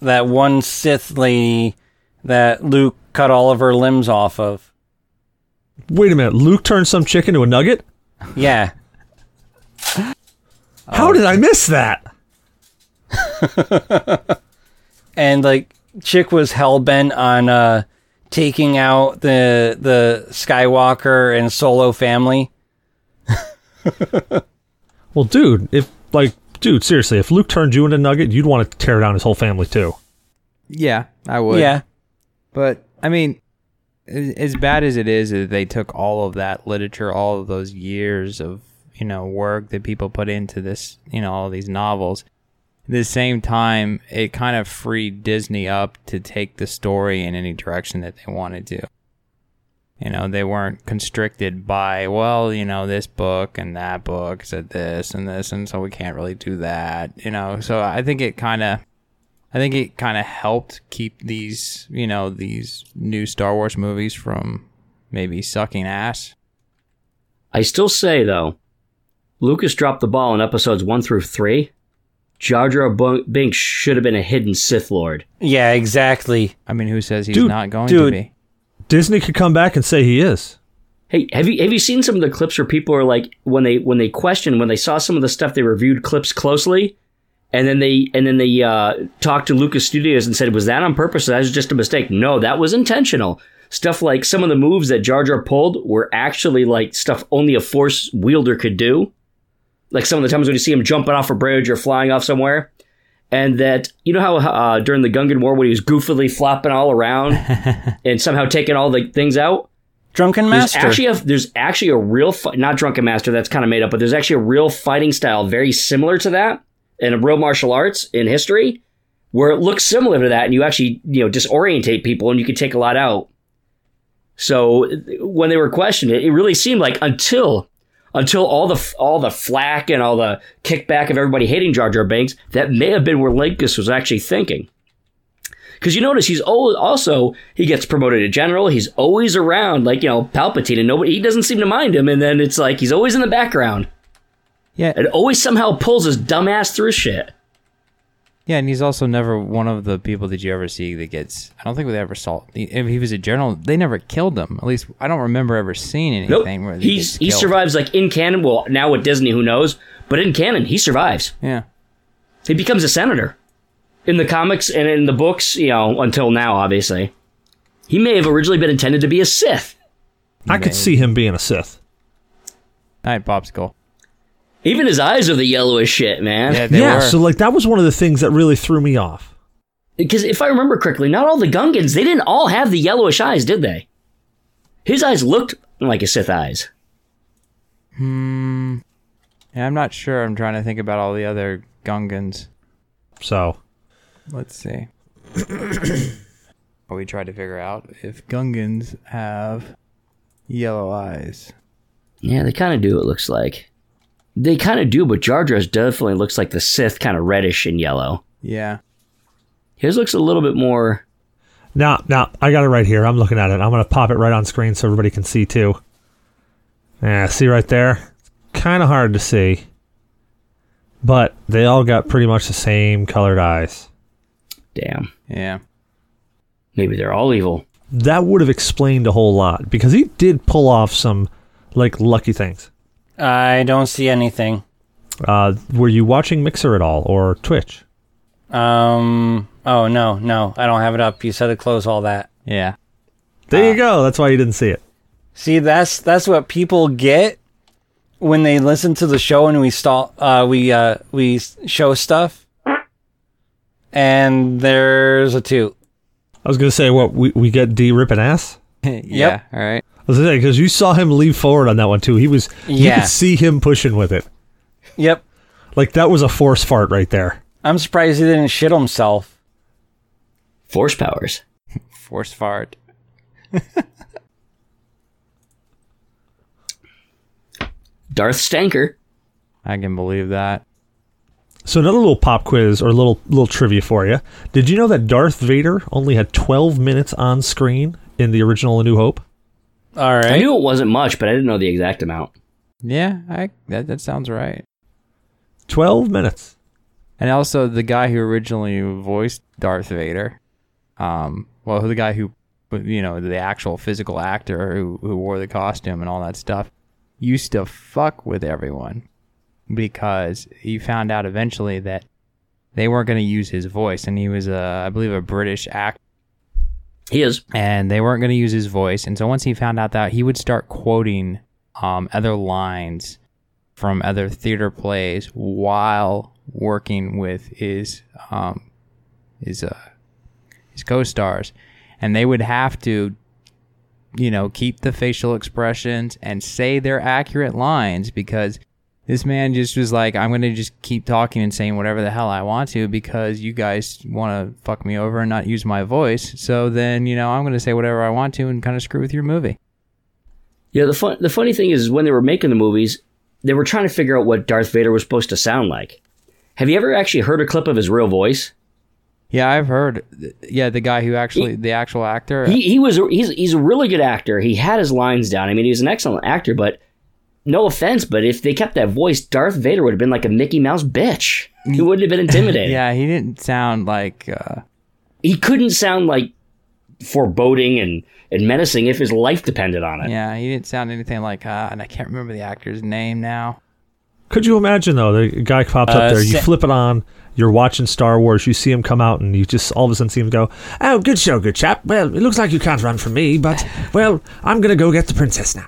[SPEAKER 2] that one Sith lady that Luke cut all of her limbs off of.
[SPEAKER 1] Wait a minute. Luke turned some chick into a nugget?
[SPEAKER 2] Yeah,
[SPEAKER 1] How did I miss that?
[SPEAKER 2] and like chick was hell bent on uh, taking out the the Skywalker and Solo family.
[SPEAKER 1] Well, dude, if, like, dude, seriously, if Luke turned you into a nugget, you'd want to tear down his whole family, too.
[SPEAKER 3] Yeah, I would.
[SPEAKER 2] Yeah,
[SPEAKER 3] But I mean, as as bad as it is that they took all of that literature, all of those years of you know work that people put into this, you know, all these novels. At the same time, it kind of freed Disney up to take the story in any direction that they wanted to. You know, they weren't constricted by, well, you know, this book and that book said this and this, and so we can't really do that. You know, so I think it kind of I think it kind of helped keep these, you know, these new Star Wars movies from maybe sucking ass.
[SPEAKER 4] I still say though, Lucas dropped the ball in episodes one through three. Jar Jar Bun- Binks should have been a hidden Sith Lord.
[SPEAKER 2] yeah, exactly.
[SPEAKER 3] I mean, who says he's
[SPEAKER 1] Dude,
[SPEAKER 3] not going
[SPEAKER 2] dude.
[SPEAKER 3] to be?
[SPEAKER 1] Disney could come back and say he is.
[SPEAKER 4] Hey, have you have you seen some of the clips where people are like when they when they question when they saw some of the stuff they reviewed clips closely, and then they and then they uh, talked to Lucas Studios and said was that on purpose? Or that was just a mistake. No, that was intentional. Stuff like some of the moves that Jar Jar pulled were actually like stuff only a Force wielder could do. Like some of the times when you see him jumping off a bridge or flying off somewhere, and that you know how uh, during the Gungan War when he was goofily flopping all around and somehow taking all the things out.
[SPEAKER 2] Drunken
[SPEAKER 4] There's
[SPEAKER 2] Master.
[SPEAKER 4] actually a there's actually a real fi- not drunken master that's kind of made up, but there's actually a real fighting style very similar to that in a real martial arts in history where it looks similar to that, and you actually you know disorientate people and you can take a lot out. So when they were questioned, it, it really seemed like until until all the f- all the flack and all the kickback of everybody hating Jar Jar Banks, that may have been where Linkus was actually thinking. Because you notice he's al- also he gets promoted to general. He's always around, like you know Palpatine, and nobody he doesn't seem to mind him. And then it's like he's always in the background.
[SPEAKER 3] Yeah.
[SPEAKER 4] and always somehow pulls his dumbass through shit.
[SPEAKER 3] Yeah, and he's also never one of the people that you ever see that gets. I don't think they ever saw. If he was a general, they never killed him. At least I don't remember ever seeing
[SPEAKER 4] Nope,
[SPEAKER 3] anything. where they
[SPEAKER 4] he's
[SPEAKER 3] get
[SPEAKER 4] he
[SPEAKER 3] killed.
[SPEAKER 4] survives like in canon. Well, now with Disney, who knows? But in canon, he survives.
[SPEAKER 3] Yeah,
[SPEAKER 4] He becomes a senator in the comics and in the books. You know, until now, obviously, he may have originally been intended to be a Sith.
[SPEAKER 1] I could see him being a Sith.
[SPEAKER 3] all right, popsicle.
[SPEAKER 4] Even his eyes are the yellowish shit, man.
[SPEAKER 3] Yeah, they
[SPEAKER 1] yeah,
[SPEAKER 3] were.
[SPEAKER 1] so like that was one of the things that really threw me off.
[SPEAKER 4] Because if I remember correctly, not all the Gungans, they didn't all have the yellowish eyes, did they? His eyes looked like a Sith eyes.
[SPEAKER 3] yeah, I'm not sure. I'm trying to think about all the other Gungans.
[SPEAKER 1] So
[SPEAKER 3] Let's see. Well, we tried to figure out if Gungans have yellow eyes.
[SPEAKER 4] Yeah, they kind of do, it looks like. They kind of do, but Jar Jar's definitely looks like the Sith, kind of reddish and yellow.
[SPEAKER 3] Yeah.
[SPEAKER 4] His looks a little bit more.
[SPEAKER 1] now now I got it right here. I'm looking at it. I'm gonna pop it right on screen so everybody can see too. Yeah, see right there? It's kinda hard to see. But they all got pretty much the same colored eyes.
[SPEAKER 4] Damn.
[SPEAKER 3] Yeah.
[SPEAKER 4] Maybe they're all evil.
[SPEAKER 1] That would have explained a whole lot because he did pull off some like lucky things.
[SPEAKER 2] I don't see anything.
[SPEAKER 1] Uh, were you watching Mixer at all or Twitch?
[SPEAKER 2] Um. Oh no, no, I don't have it up. You said to close all that.
[SPEAKER 3] Yeah.
[SPEAKER 1] There you go. That's why you didn't see it.
[SPEAKER 2] See, that's that's what people get when they listen to the show and we stall, uh, we uh, we s- show stuff. And there's a toot.
[SPEAKER 1] I was gonna say what we we get D ripping ass.
[SPEAKER 3] yeah. All right.
[SPEAKER 1] I was gonna say because you saw him lean forward on that one too. He was you
[SPEAKER 2] Yeah.
[SPEAKER 1] could see him pushing with it.
[SPEAKER 2] Yep.
[SPEAKER 1] Like that was a force fart right there.
[SPEAKER 2] I'm surprised he didn't shit himself.
[SPEAKER 4] Force powers.
[SPEAKER 3] Force fart.
[SPEAKER 4] Darth Stanker.
[SPEAKER 3] I can believe that.
[SPEAKER 1] So another little pop quiz or little little trivia for you. Did you know that Darth Vader only had 12 minutes on screen in the original A New Hope?
[SPEAKER 2] All
[SPEAKER 4] I
[SPEAKER 2] right.
[SPEAKER 4] knew it wasn't much, but I didn't know the exact amount.
[SPEAKER 3] Yeah. I that that sounds right.
[SPEAKER 1] 12 minutes.
[SPEAKER 3] And also the guy who originally voiced Darth Vader, um, well, the guy who, you know, the actual physical actor who, who wore the costume and all that stuff, used to fuck with everyone because he found out eventually that they weren't going to use his voice, and he was a, I believe, a British actor
[SPEAKER 4] He is.
[SPEAKER 3] and they weren't going to use his voice. And so once he found out that, he would start quoting um, other lines from other theater plays while working with his um, his uh, his co-stars, and they would have to, you know, keep the facial expressions and say their accurate lines because. This man just was like, I'm going to just keep talking and saying whatever the hell I want to because you guys want to fuck me over and not use my voice. So then, you know, I'm going to say whatever I want to and kind of screw with your movie.
[SPEAKER 4] Yeah, the fun, the funny thing is when they were making the movies, they were trying to figure out what Darth Vader was supposed to sound like. Have you ever actually heard a clip of his real voice?
[SPEAKER 3] Yeah, I've heard. Yeah, the guy who actually, the actual actor.
[SPEAKER 4] He, he was he's he's a really good actor. He had his lines down. I mean, he was an excellent actor, but no offense, but if they kept that voice, Darth Vader would have been like a Mickey Mouse bitch. He wouldn't have been intimidating.
[SPEAKER 3] yeah, he didn't sound like. Uh,
[SPEAKER 4] He couldn't sound like foreboding and, and menacing if his life depended on it.
[SPEAKER 3] yeah, he didn't sound anything like. Uh, and I can't remember the actor's name now.
[SPEAKER 1] Could you imagine though? The guy pops up
[SPEAKER 2] Uh,
[SPEAKER 1] there. You
[SPEAKER 2] Sa-
[SPEAKER 1] flip it on. You're watching Star Wars. You see him come out, and you just all of a sudden see him go. Oh, good show, good chap. Well, it looks like you can't run from me, but well, I'm gonna go get the princess now.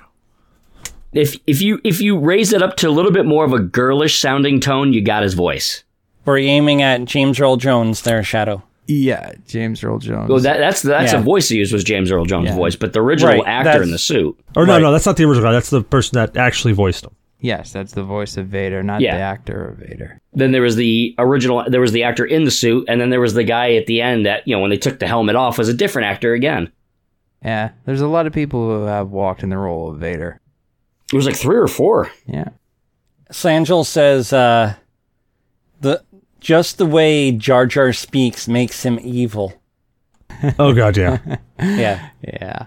[SPEAKER 4] If if you if you raise it up to a little bit more of a girlish sounding tone, you got his voice.
[SPEAKER 2] We're aiming at James Earl Jones there, Shadow.
[SPEAKER 3] Yeah, James Earl Jones.
[SPEAKER 4] Well, Oh, that, that's that's
[SPEAKER 2] Yeah.
[SPEAKER 4] a voice he used was James Earl Jones'
[SPEAKER 3] Yeah.
[SPEAKER 4] voice, but the original
[SPEAKER 2] Right,
[SPEAKER 4] actor
[SPEAKER 2] that's-
[SPEAKER 4] in the suit.
[SPEAKER 1] Or no,
[SPEAKER 2] Right.
[SPEAKER 1] no, that's not the original guy. That's the person that actually voiced him.
[SPEAKER 3] yes, that's the voice of Vader, not
[SPEAKER 4] Yeah.
[SPEAKER 3] the actor of Vader.
[SPEAKER 4] Then there was the original. There was the actor in the suit, and then there was the guy at the end that you know when they took the helmet off was a different actor again.
[SPEAKER 3] Yeah, there's a lot of people who have walked in the role of Vader.
[SPEAKER 4] It was like three or four.
[SPEAKER 3] Yeah.
[SPEAKER 2] Sangel says uh, the just the way Jar Jar speaks makes him evil.
[SPEAKER 1] Oh god, yeah.
[SPEAKER 2] Yeah,
[SPEAKER 3] Yeah.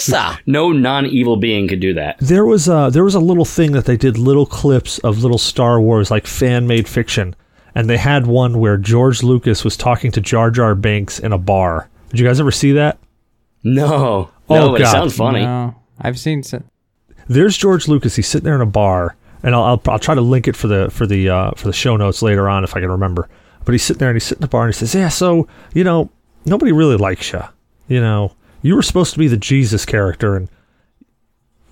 [SPEAKER 2] Misa.
[SPEAKER 4] No non evil being could do that.
[SPEAKER 1] There was a there was a little thing that they did little clips of little Star Wars like fan made fiction, and they had one where George Lucas was talking to Jar Jar Banks in a bar. Did you guys ever see that?
[SPEAKER 4] No.
[SPEAKER 1] Oh,
[SPEAKER 4] no, but
[SPEAKER 1] God.
[SPEAKER 4] it sounds funny.
[SPEAKER 3] No, I've seen some.
[SPEAKER 1] There's George Lucas. He's sitting there in a bar, and I'll I'll, I'll try to link it for the for the uh, for the show notes later on if I can remember. But he's sitting there and he's sitting in a bar and he says, "Yeah, so you know nobody really likes you. You know you were supposed to be the Jesus character, and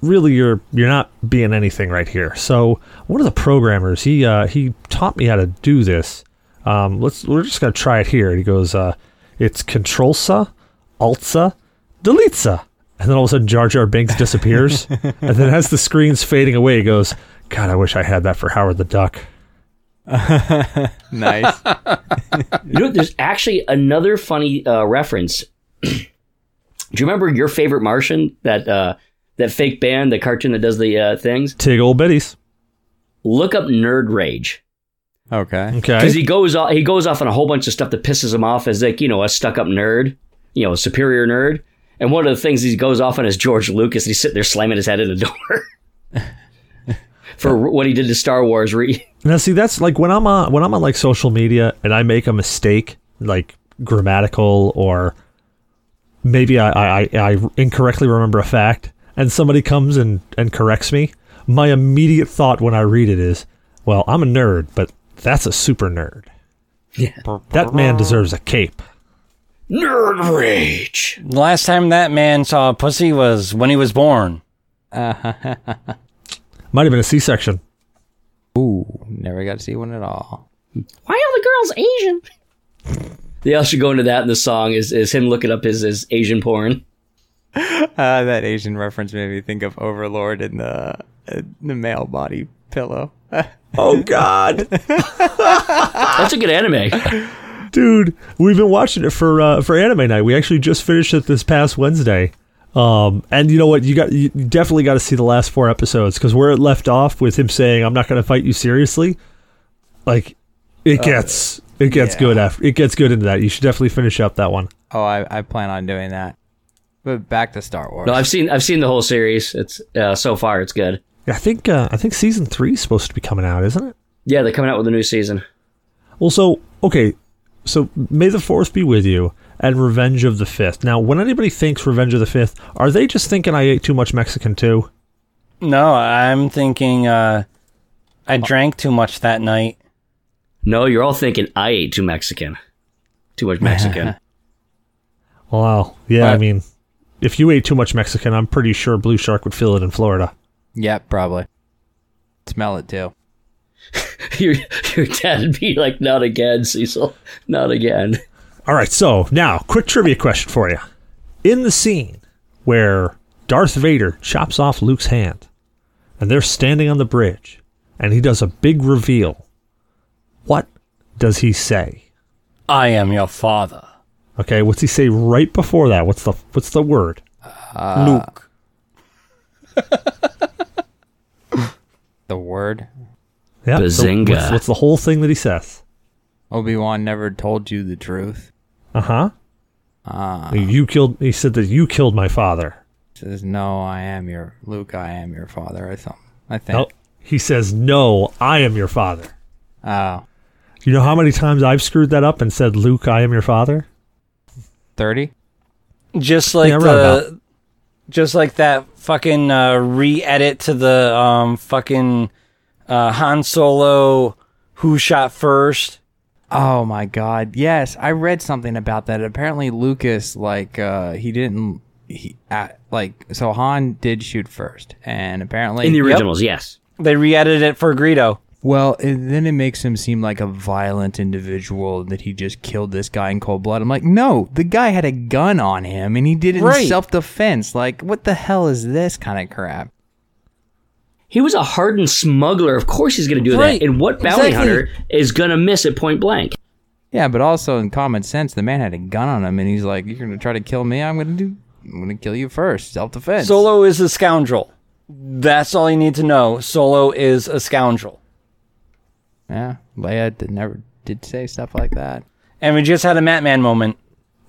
[SPEAKER 1] really you're you're not being anything right here. So one of the programmers he uh, he taught me how to do this. Um, let's we're just gonna try it here. And he goes, uh, it's Control Sa, Alt Sa, Delete Sa, and then all of a sudden Jar Jar Binks disappears, and then as the screen's fading away, he goes, God, I wish I had that for Howard the Duck.
[SPEAKER 3] Nice.
[SPEAKER 4] You know, there's actually another funny uh, reference. do you remember your favorite Martian? That uh, that fake band, the cartoon that does the uh, things.
[SPEAKER 1] Tig old Betty's.
[SPEAKER 4] Look up Nerd Rage
[SPEAKER 3] okay.
[SPEAKER 1] Okay.
[SPEAKER 4] because he goes off. He goes off on a whole bunch of stuff that pisses him off as like you know a stuck up nerd, you know a superior nerd. And one of the things he goes off on is George Lucas. And he's sitting there slamming his head at a door for what he did to Star Wars. Re-
[SPEAKER 1] Now see that's like when I'm on when I'm on like social media and I make a mistake, like grammatical or maybe I, I, I incorrectly remember a fact and somebody comes and, and corrects me, my immediate thought when I read it is, Well, I'm a nerd, but that's a super nerd. Yeah. That man deserves a cape.
[SPEAKER 4] nerd Rage.
[SPEAKER 2] The last time that man saw a pussy was when he was born.
[SPEAKER 1] Might have been a C section.
[SPEAKER 3] Ooh, never got to see one at all.
[SPEAKER 4] why are the girls Asian? They also go into that in the song is is him looking up his, his Asian porn.
[SPEAKER 3] Uh, that Asian reference made me think of Overlord and the uh, the male body pillow.
[SPEAKER 1] Oh God.
[SPEAKER 4] That's a good anime.
[SPEAKER 1] dude we've been watching it for uh, for anime night we actually just finished it this past wednesday um, and you know what you got you definitely got to see the last four episodes because where it left off with him saying i'm not going to fight you seriously like it gets it gets good after it gets good into that you should definitely finish up that one
[SPEAKER 3] Oh, I, I plan on doing that. But back to Star Wars.
[SPEAKER 4] No, I've seen I've seen the whole series. It's uh, so far it's good.
[SPEAKER 1] i think uh, i think season three is supposed to be coming out isn't it
[SPEAKER 4] Yeah, they're coming out with a new season.
[SPEAKER 1] Well, so okay, so May the Fourth be with you, and Revenge of the Fifth. Now, when anybody thinks Revenge of the Fifth, are they just thinking I ate too much Mexican too?
[SPEAKER 2] No, I'm thinking uh, I drank too much that night.
[SPEAKER 4] No, you're all thinking I ate too Mexican, too much Mexican.
[SPEAKER 1] Wow. Yeah, I
[SPEAKER 2] But-
[SPEAKER 1] mean, if you ate too much Mexican, I'm pretty sure Blue Shark would feel it in Florida.
[SPEAKER 3] Yep, probably. Smell it too.
[SPEAKER 4] your your dad would be like, not again, Cecil, not again.
[SPEAKER 1] All right, so now, quick trivia question for you. In the scene where Darth Vader chops off Luke's hand, and they're standing on the bridge, and he does a big reveal, what does he say?
[SPEAKER 2] I am your father,
[SPEAKER 1] Okay, what's he say right before that? What's the what's the word?
[SPEAKER 2] Luke.
[SPEAKER 3] The word
[SPEAKER 1] Yeah, so
[SPEAKER 4] Bazinga.
[SPEAKER 1] what's, what's the whole thing that he says?
[SPEAKER 3] Obi Wan never told you the truth.
[SPEAKER 1] Uh huh.
[SPEAKER 3] Ah,
[SPEAKER 1] You killed. He said that you killed my father.
[SPEAKER 3] says no. I am your Luke. I am your father. Or something. I think.
[SPEAKER 1] No, he says no. I am your father.
[SPEAKER 3] Oh,
[SPEAKER 1] You know how many times I've screwed that up and said, Luke, I am your father?
[SPEAKER 3] 30?
[SPEAKER 2] Just like
[SPEAKER 1] Yeah,
[SPEAKER 2] the, just like that fucking uh, re-edit to the um, fucking uh, Han Solo, who shot first.
[SPEAKER 3] Oh my god. Yes, I read something about that. Apparently Lucas like uh he didn't he uh, like so Han did shoot first and apparently
[SPEAKER 4] In the originals, yes.
[SPEAKER 2] They re-edited it for Greedo.
[SPEAKER 3] Well, and then it makes him seem like a violent individual that he just killed this guy in cold blood. I'm like, "No, the guy had a gun on him and he did it
[SPEAKER 2] Right.
[SPEAKER 3] in self-defense. Like, what the hell is this kind of crap?"
[SPEAKER 4] He was a hardened smuggler. Of course, he's going to do
[SPEAKER 2] Right.
[SPEAKER 4] that. And what bounty
[SPEAKER 2] Exactly.
[SPEAKER 4] hunter is going to miss at point blank?
[SPEAKER 3] Yeah, but also in common sense, the man had a gun on him and he's like, "You're going to try to kill me. I'm going to do I'm going to kill you first. Self-defense."
[SPEAKER 2] Solo is a scoundrel. That's all you need to know. Solo is a scoundrel.
[SPEAKER 3] Yeah, Leia did never did say stuff like that.
[SPEAKER 2] And we just had a Matman moment.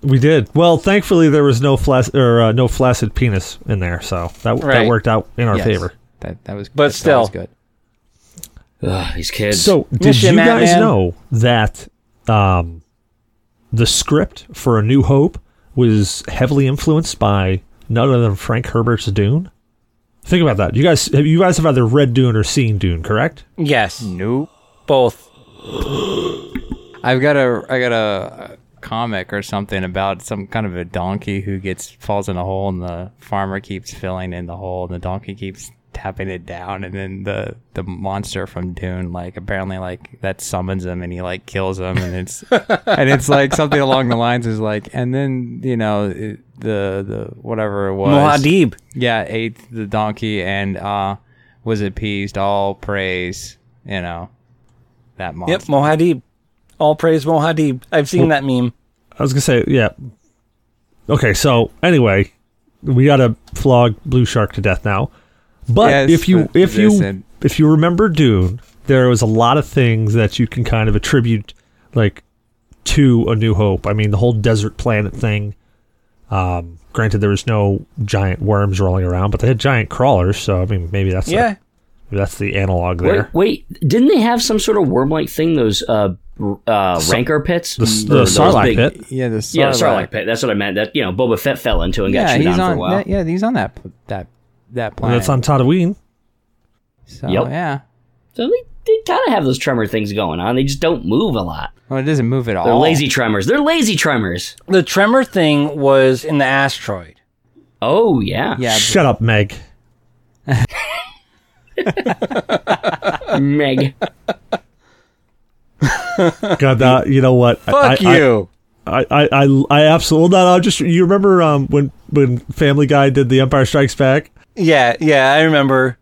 [SPEAKER 1] We did. Well, thankfully there was no flac- or uh, no flaccid penis in there, so that that
[SPEAKER 2] Right.
[SPEAKER 1] worked out in our
[SPEAKER 3] Yes.
[SPEAKER 1] favor.
[SPEAKER 3] That that was,
[SPEAKER 2] But
[SPEAKER 3] that's always
[SPEAKER 2] still.
[SPEAKER 3] good.
[SPEAKER 4] Ugh, these kids.
[SPEAKER 1] So, did
[SPEAKER 2] Miss ya,
[SPEAKER 1] you guys
[SPEAKER 2] Batman.
[SPEAKER 1] know that um, the script for A New Hope was heavily influenced by none other than Frank Herbert's Dune? Think about that. You guys, you guys have either read Dune or seen Dune, correct?
[SPEAKER 2] Yes.
[SPEAKER 3] Nope.
[SPEAKER 2] Both.
[SPEAKER 3] I've got a I got a, a comic or something about some kind of a donkey who gets falls in a hole and the farmer keeps filling in the hole and the donkey keeps tapping it down and then the the monster from Dune like apparently like that summons him and he like kills him and it's and it's like something along the lines is like and then you know it, the the whatever it was
[SPEAKER 2] Muad'Dib.
[SPEAKER 3] yeah ate the donkey and uh was appeased all praise you know that monster
[SPEAKER 2] Yep, Mohadib. All praise Mohadib. I've seen that meme.
[SPEAKER 1] I was gonna say, yeah. Okay, so anyway, we gotta flog Blue Shark to death now. But
[SPEAKER 3] Yes,
[SPEAKER 1] if you
[SPEAKER 3] but
[SPEAKER 1] if you
[SPEAKER 3] listen.
[SPEAKER 1] if you remember Dune, there was a lot of things that you can kind of attribute like to A New Hope. I mean, the whole desert planet thing. Um, granted, there was no giant worms rolling around, but they had giant crawlers. So I mean, maybe that's the-
[SPEAKER 2] Yeah.
[SPEAKER 1] that's the analog there.
[SPEAKER 4] wait, wait, didn't they have some sort of worm-like thing? Those uh, r- uh, rancor pits.
[SPEAKER 1] The, s-
[SPEAKER 4] Or
[SPEAKER 1] the
[SPEAKER 4] those
[SPEAKER 1] Sarlacc
[SPEAKER 4] big-
[SPEAKER 1] pit.
[SPEAKER 3] Yeah, the
[SPEAKER 4] Yeah, the
[SPEAKER 3] Sarlacc.
[SPEAKER 4] Sarlacc pit. That's what I meant. That you know, Boba Fett fell into and got
[SPEAKER 3] Yeah,
[SPEAKER 4] chewed on,
[SPEAKER 3] he's
[SPEAKER 4] for
[SPEAKER 3] on.
[SPEAKER 4] a while.
[SPEAKER 3] That, yeah, he's on that that that planet.
[SPEAKER 1] That's on Tatooine.
[SPEAKER 3] So,
[SPEAKER 4] Yep.
[SPEAKER 3] Yeah.
[SPEAKER 4] So they, they kind of have those tremor things going on. They just don't move a lot.
[SPEAKER 3] Well, it doesn't move at all.
[SPEAKER 4] They're lazy tremors. They're lazy tremors.
[SPEAKER 2] The tremor thing was in the asteroid.
[SPEAKER 4] Oh yeah.
[SPEAKER 3] Yeah. but-
[SPEAKER 1] Shut up, Meg.
[SPEAKER 4] Meg.
[SPEAKER 1] God, that, you know what?
[SPEAKER 2] Fuck
[SPEAKER 1] I, I,
[SPEAKER 2] you.
[SPEAKER 1] I, I, I, I absolutely well, no, no, just you remember um when when Family Guy did The Empire Strikes Back
[SPEAKER 2] yeah, yeah, I remember.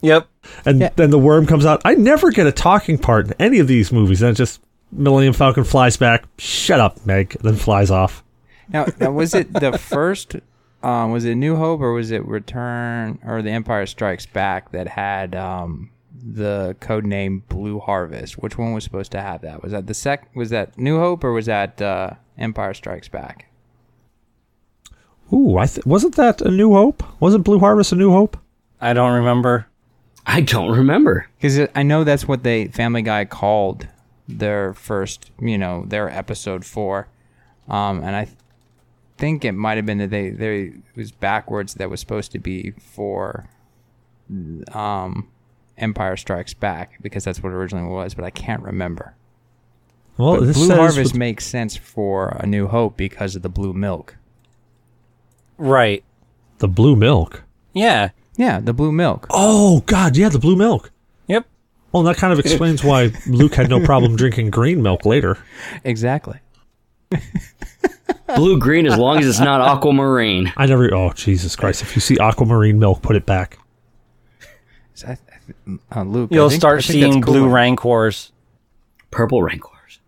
[SPEAKER 2] Yep.
[SPEAKER 1] and then the worm comes out. I never get a talking part in any of these movies. And it's just Millennium Falcon flies back. Shut up, Meg. Then flies off.
[SPEAKER 3] Now, now, was it the first? Um, was it New Hope or was it Return or The Empire Strikes Back that had um, the code name Blue Harvest? Which one was supposed to have that? Was that the sec? Was that New Hope or was that uh, Empire Strikes Back?
[SPEAKER 1] Ooh, I th- wasn't that a New Hope? Wasn't Blue Harvest a New Hope?
[SPEAKER 2] I don't remember.
[SPEAKER 4] I don't remember.
[SPEAKER 3] Because I know that's what they Family Guy called their first, you know, their episode four, um, and I th- think it might have been that they they it was backwards that was supposed to be for, um, Empire Strikes Back because that's what it originally was, but I can't remember.
[SPEAKER 1] Well,
[SPEAKER 2] Oh,
[SPEAKER 3] But
[SPEAKER 1] this
[SPEAKER 3] Blue
[SPEAKER 1] says
[SPEAKER 3] Harvest
[SPEAKER 1] with-
[SPEAKER 3] makes sense for A New Hope because of the blue milk.
[SPEAKER 2] Right.
[SPEAKER 1] the blue milk.
[SPEAKER 2] Yeah.
[SPEAKER 3] Yeah, the blue milk.
[SPEAKER 1] Oh God, yeah, the blue milk.
[SPEAKER 2] Yep.
[SPEAKER 1] Well, that kind of explains why Luke had no problem drinking green milk later.
[SPEAKER 3] Exactly.
[SPEAKER 4] Blue green as long as it's not aquamarine.
[SPEAKER 1] I never. Oh Jesus Christ! If you see aquamarine milk, put it back.
[SPEAKER 3] So I, I th- uh, Luke, I
[SPEAKER 2] You'll
[SPEAKER 3] think- I
[SPEAKER 2] start
[SPEAKER 3] think that's
[SPEAKER 2] seeing blue
[SPEAKER 3] cooler.
[SPEAKER 2] rancors.
[SPEAKER 4] Purple rancors.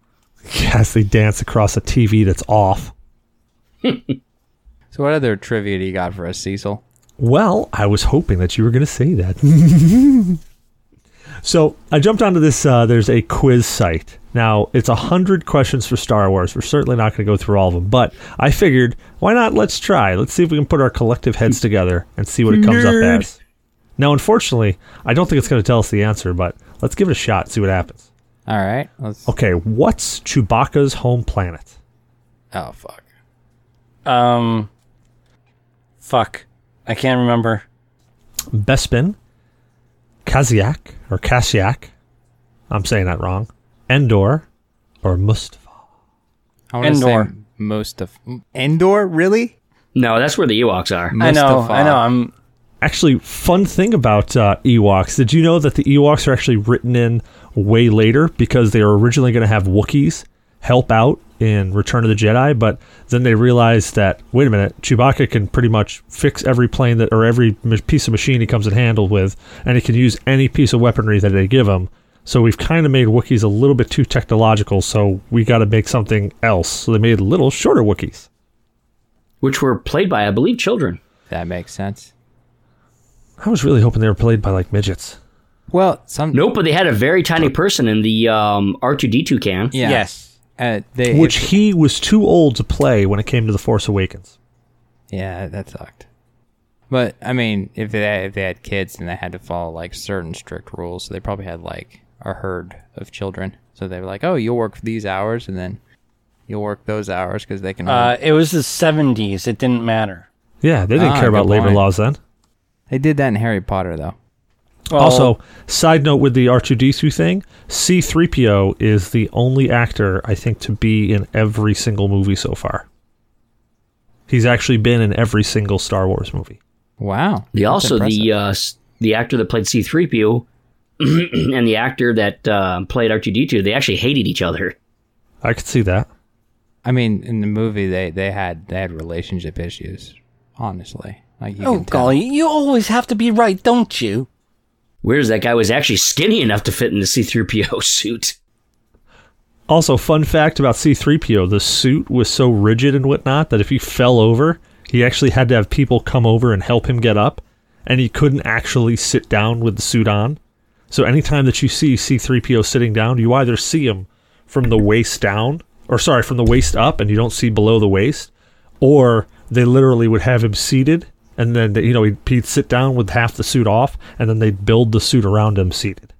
[SPEAKER 1] Yes, they dance across a TV that's off.
[SPEAKER 3] So what other trivia do you got for us, Cecil?
[SPEAKER 1] Well, I was hoping that you were going to say that. so I jumped onto this. Uh, there's a quiz site. Now, it's a 100 questions for Star Wars. We're certainly not going to go through all of them, but I figured, why not? Let's try. Let's see if we can put our collective heads together and see what it comes up as. Now, unfortunately, I don't think it's going to tell us the answer, but let's give it a shot, see what happens.
[SPEAKER 3] All right. Let's.
[SPEAKER 4] Oh.
[SPEAKER 1] Okay, what's Chewbacca's home planet?
[SPEAKER 3] Oh fuck.
[SPEAKER 2] Um fuck. I can't remember.
[SPEAKER 1] Bespin, Kaziak or Kasiak, I'm saying that wrong, Endor, or Mustafa.
[SPEAKER 3] I wanna say
[SPEAKER 2] Endor.
[SPEAKER 3] Mustaf- Endor, really?
[SPEAKER 4] No, that's where the Ewoks are.
[SPEAKER 2] I know.
[SPEAKER 3] Mustafar.
[SPEAKER 2] I know. I'm
[SPEAKER 1] Actually, fun thing about uh, Ewoks, did you know that the Ewoks are actually written in way later because they were originally going to have Wookiees help out in Return of the Jedi, but then they realized that, wait a minute, Chewbacca can pretty much fix every plane that, or every ma- piece of machine he comes in handle with, and he can use any piece of weaponry that they give him. So we've kind of made Wookiees a little bit too technological, so we got to make something else. So they made little shorter Wookiees.
[SPEAKER 4] Which were played by, I believe, children.
[SPEAKER 3] That makes sense.
[SPEAKER 1] I was really hoping they were played by like midgets.
[SPEAKER 3] Well, some
[SPEAKER 4] Nope, but they had a very tiny person in the um, R2D2 can.
[SPEAKER 3] Yeah.
[SPEAKER 2] Yes.
[SPEAKER 3] Uh, they
[SPEAKER 1] Which he was too old to play when it came to The Force Awakens.
[SPEAKER 3] Yeah, that sucked. But I mean, if they if they had kids, then they had to follow like certain strict rules. So they probably had like a herd of children. So they were like, "Oh, you'll work for these hours, and then you'll work those hours because they can."
[SPEAKER 2] Uh, it was the 70s. It didn't matter.
[SPEAKER 1] Yeah, they didn't
[SPEAKER 3] Ah,
[SPEAKER 1] care about
[SPEAKER 3] good
[SPEAKER 1] labor
[SPEAKER 3] point.
[SPEAKER 1] laws then.
[SPEAKER 3] they did that in Harry Potter, though.
[SPEAKER 2] Well,
[SPEAKER 1] also, side note with the R2D2 thing, C3PO is the only actor I think to be in every single movie so far. He's actually been in every single Star Wars movie.
[SPEAKER 3] Wow.
[SPEAKER 4] They
[SPEAKER 3] that's
[SPEAKER 4] also
[SPEAKER 3] impressive.
[SPEAKER 4] the uh, s- the actor that played C3PO and the actor that uh, played R2D2, they actually hated each other.
[SPEAKER 1] I could see that.
[SPEAKER 3] I mean, in the movie, they they had they had relationship issues. Honestly, like you
[SPEAKER 2] oh,
[SPEAKER 3] can tell.
[SPEAKER 2] golly. You always have to be right, don't you?
[SPEAKER 4] Whereas that guy was actually skinny enough to fit in the C3PO suit.
[SPEAKER 1] Also, fun fact about C3PO the suit was so rigid and whatnot that if he fell over, he actually had to have people come over and help him get up, and he couldn't actually sit down with the suit on. So, anytime that you see C3PO sitting down, you either see him from the waist down, or sorry, from the waist up, and you don't see below the waist, or they literally would have him seated, and then, you know, he'd, he'd sit down with half the suit off, and then they'd build the suit around him seated.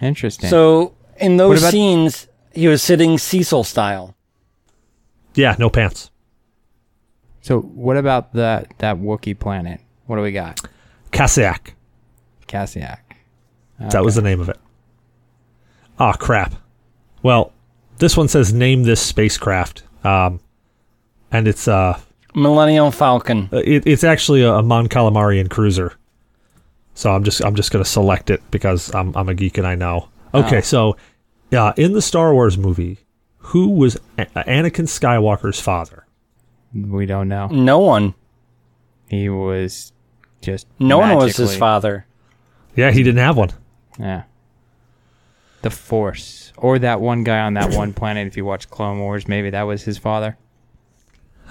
[SPEAKER 3] Interesting.
[SPEAKER 2] So, in
[SPEAKER 3] What
[SPEAKER 2] those
[SPEAKER 3] about-
[SPEAKER 2] scenes, he was sitting Cecil style.
[SPEAKER 1] Yeah, no pants.
[SPEAKER 3] so what about that that Wookiee planet? What do we got?
[SPEAKER 1] Kasyak.
[SPEAKER 3] Cassiac.
[SPEAKER 1] That was the name of it. Ah, crap. Well, this one says name this spacecraft, um, and it's uh,
[SPEAKER 2] Millennium Falcon.
[SPEAKER 1] it, it's actually a, a Mon Calamarian cruiser. So I'm just I'm just gonna select it because I'm I'm a geek and I know. Okay, so uh, in the Star Wars movie, who was a- Anakin Skywalker's father?
[SPEAKER 3] We don't know.
[SPEAKER 2] No one.
[SPEAKER 3] He was just
[SPEAKER 2] No one was his
[SPEAKER 3] magically-
[SPEAKER 2] father.
[SPEAKER 1] Yeah, he didn't have one.
[SPEAKER 3] Yeah. The Force, or that one guy on that one planet. If you watch Clone Wars, maybe that was his father.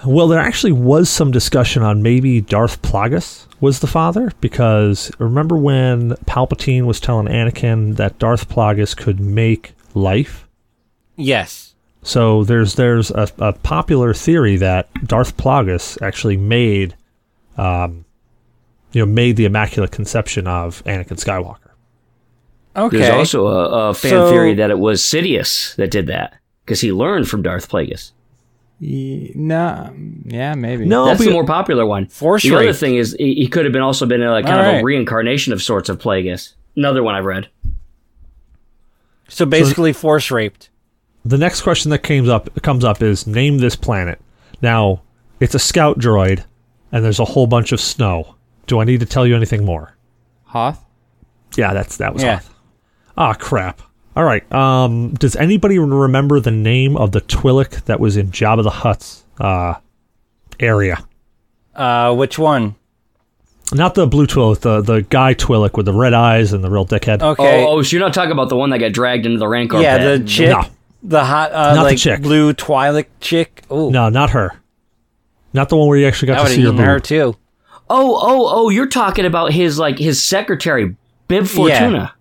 [SPEAKER 1] Well, there actually was some discussion on maybe Darth Plagueis was the father because remember when Palpatine was telling Anakin that Darth Plagueis could make life?
[SPEAKER 2] Yes.
[SPEAKER 1] So there's there's a, a popular theory that Darth Plagueis actually made, um, you know, made the Immaculate Conception of Anakin Skywalker.
[SPEAKER 2] Okay.
[SPEAKER 4] There's also a, a fan
[SPEAKER 2] So-
[SPEAKER 4] theory that it was Sidious that did that because he learned from Darth Plagueis.
[SPEAKER 3] No, yeah, maybe.
[SPEAKER 1] No,
[SPEAKER 4] That's
[SPEAKER 1] but-
[SPEAKER 4] the more popular one.
[SPEAKER 2] For
[SPEAKER 4] The other
[SPEAKER 2] sure.
[SPEAKER 4] thing is he, he could have been also been a, like kind of
[SPEAKER 2] Alright.
[SPEAKER 4] a reincarnation of sorts of Plagueis. Another one I've read.
[SPEAKER 2] so basically, force raped.
[SPEAKER 1] the next question that comes up comes up is name this planet. Now, it's a scout droid, and there's a whole bunch of snow. Do I need to tell you anything more?
[SPEAKER 3] Hoth.
[SPEAKER 1] Yeah, that's that was
[SPEAKER 2] Yeah.
[SPEAKER 1] Hoth. Ah, crap. All right. Um, does anybody remember the name of the Twi'lek that was in Jabba the Hutt's uh, area?
[SPEAKER 2] Uh, which one?
[SPEAKER 1] Not the blue Twi'lek, the the guy Twi'lek with the red eyes and the real dickhead.
[SPEAKER 2] Okay.
[SPEAKER 4] Oh, oh, so you're not talking about the one that got dragged into the Rancor
[SPEAKER 2] yeah,
[SPEAKER 4] pit.
[SPEAKER 2] the chick.
[SPEAKER 1] No.
[SPEAKER 2] The hot,
[SPEAKER 1] Not
[SPEAKER 2] uh,
[SPEAKER 1] the
[SPEAKER 2] like,
[SPEAKER 1] chick.
[SPEAKER 2] blue Twilight chick. Oh,
[SPEAKER 1] No, not her. Not the one where you actually
[SPEAKER 2] I
[SPEAKER 1] got
[SPEAKER 2] would
[SPEAKER 1] to
[SPEAKER 2] have
[SPEAKER 1] see her
[SPEAKER 2] eaten
[SPEAKER 1] boob.
[SPEAKER 2] her, too.
[SPEAKER 4] Oh, oh, oh, you're talking about his like his secretary, Bib Fortuna.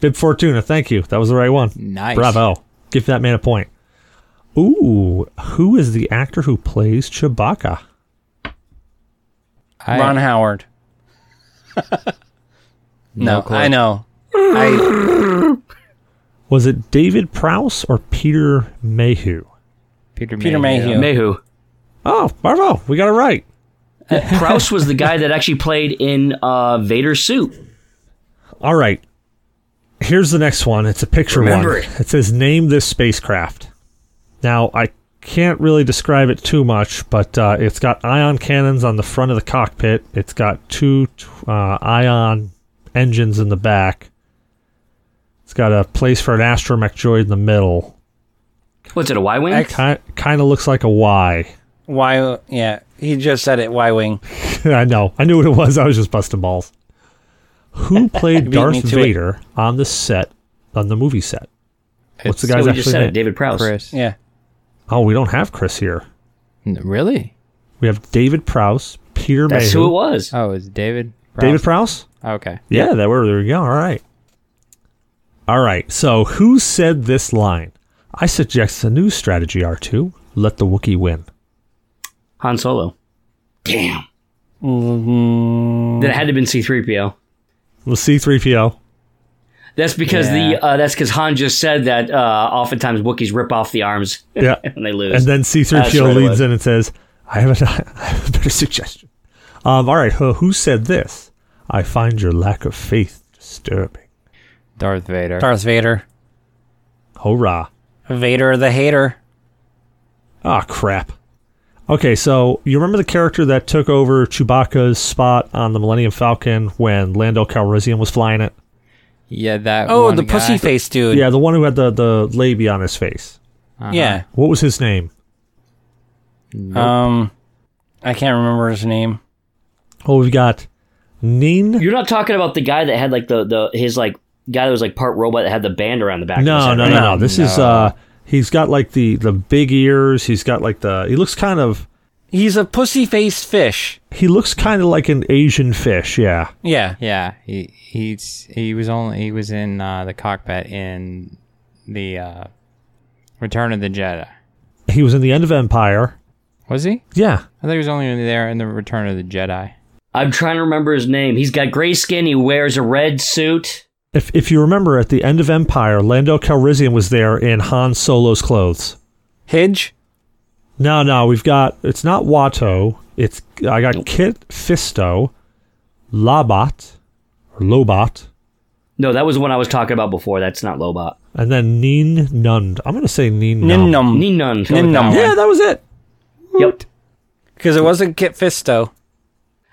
[SPEAKER 1] Bib Fortuna, thank you. That was the right one.
[SPEAKER 3] Nice.
[SPEAKER 1] Bravo. Give that man a point. Ooh, who is the actor who plays Chewbacca?
[SPEAKER 3] I,
[SPEAKER 2] Ron Howard. no,
[SPEAKER 3] clue.
[SPEAKER 2] I know. I
[SPEAKER 1] Was it David Prowse or Peter Mayhew?
[SPEAKER 3] Peter,
[SPEAKER 2] Peter
[SPEAKER 3] Mayhew.
[SPEAKER 2] Mayhew.
[SPEAKER 4] Mehu.
[SPEAKER 1] Oh, bravo. We got it right.
[SPEAKER 4] Prouse was the guy that actually played in uh, Vader's suit.
[SPEAKER 1] All right. Here's the next one. It's a picture
[SPEAKER 4] Remember
[SPEAKER 1] one.
[SPEAKER 4] it.
[SPEAKER 1] says name this spacecraft. Now I can't really describe it too much, but uh, it's got ion cannons on the front of the cockpit. It's got two t- uh, ion engines in the back. It's got a place for an astromech droid in the middle.
[SPEAKER 4] What's it, a Y Wing?
[SPEAKER 2] Ex-
[SPEAKER 1] Kind kind of looks like a Y.
[SPEAKER 2] why? Yeah, he just said it. Y wing.
[SPEAKER 1] I know. I knew what it was. I was just busting balls. Who played
[SPEAKER 2] beat me
[SPEAKER 1] Darth
[SPEAKER 2] to it.
[SPEAKER 1] Vader on the set on the movie set? What's the
[SPEAKER 3] It's
[SPEAKER 1] guy's
[SPEAKER 4] we
[SPEAKER 1] actually
[SPEAKER 4] just said
[SPEAKER 1] name?
[SPEAKER 4] it, David Prouse.
[SPEAKER 3] Chris.
[SPEAKER 2] Yeah.
[SPEAKER 1] Oh, we don't have Chris here.
[SPEAKER 3] N- Really?
[SPEAKER 1] We have David Prouse, Peter
[SPEAKER 4] That's
[SPEAKER 1] Mayhew.
[SPEAKER 4] who it was.
[SPEAKER 3] Oh, is David? Prout?
[SPEAKER 1] David Prowse?
[SPEAKER 3] Okay.
[SPEAKER 1] Yeah, that were there we go. All right. All right. So who said this line? I suggest a new strategy, R2. Let the Wookiee win.
[SPEAKER 4] Han Solo. Damn.
[SPEAKER 1] Mm-hmm.
[SPEAKER 4] That had to have been C3PO.
[SPEAKER 1] Well, C3PO.
[SPEAKER 4] That's because
[SPEAKER 3] Yeah.
[SPEAKER 4] the uh, that's because Han just said that uh, oftentimes Wookiees rip off the arms
[SPEAKER 1] Yeah.
[SPEAKER 4] and they lose.
[SPEAKER 1] and then
[SPEAKER 4] That's right,
[SPEAKER 1] C3PO
[SPEAKER 4] it
[SPEAKER 1] leads
[SPEAKER 4] was.
[SPEAKER 1] in and says, I have a, I have a better suggestion. Um, all right. Who, who said this? I find your lack of faith disturbing.
[SPEAKER 3] Darth Vader.
[SPEAKER 2] Darth Vader.
[SPEAKER 1] Hurrah.
[SPEAKER 2] Vader the hater.
[SPEAKER 1] Ah, crap. Okay, so you remember the character that took over Chewbacca's spot on the Millennium Falcon when Lando Calrissian was flying it?
[SPEAKER 3] yeah, that.
[SPEAKER 2] Oh,
[SPEAKER 3] one
[SPEAKER 2] the
[SPEAKER 3] guy.
[SPEAKER 2] pussy face dude.
[SPEAKER 1] Yeah, the one who had the, the labia on his face.
[SPEAKER 3] Uh-huh.
[SPEAKER 2] Yeah.
[SPEAKER 1] What was his name?
[SPEAKER 2] Um, I can't remember his name.
[SPEAKER 1] Oh, we've got Neen.
[SPEAKER 4] You're not talking about the guy that had like the, the his like guy that was like part robot that had the band around the back. of his
[SPEAKER 1] No,
[SPEAKER 4] head,
[SPEAKER 1] no, no,
[SPEAKER 4] right?
[SPEAKER 1] no. This is
[SPEAKER 3] No.
[SPEAKER 1] uh, he's got like the the big ears. He's got like the he looks kind of
[SPEAKER 2] He's a pussy faced fish.
[SPEAKER 1] he looks kind of like an Asian fish. Yeah,
[SPEAKER 2] Yeah.
[SPEAKER 3] Yeah. He he's he was only he was in uh, the cockpit in the uh, Return of the Jedi.
[SPEAKER 1] he was in the end of Empire.
[SPEAKER 3] Was he?
[SPEAKER 1] Yeah,
[SPEAKER 3] I thought he was only in there in the Return of the Jedi.
[SPEAKER 4] I'm trying to remember his name. He's got gray skin. He wears a red suit.
[SPEAKER 1] if if you remember, at the end of Empire, Lando Calrissian was there in Han Solo's clothes.
[SPEAKER 2] Hidge.
[SPEAKER 1] No, no, we've got it's not Watto. It's I got Kit Fisto, Lobot, or Lobot,
[SPEAKER 4] No, that was the one I was talking about before. That's not Lobot.
[SPEAKER 1] and then Neen Nund. I'm gonna say Neen Nund.
[SPEAKER 2] Ninnum.
[SPEAKER 4] Ninun.
[SPEAKER 2] Ninnum.
[SPEAKER 1] Yeah, that was it.
[SPEAKER 4] Yep.
[SPEAKER 2] Because it wasn't Kit Fisto.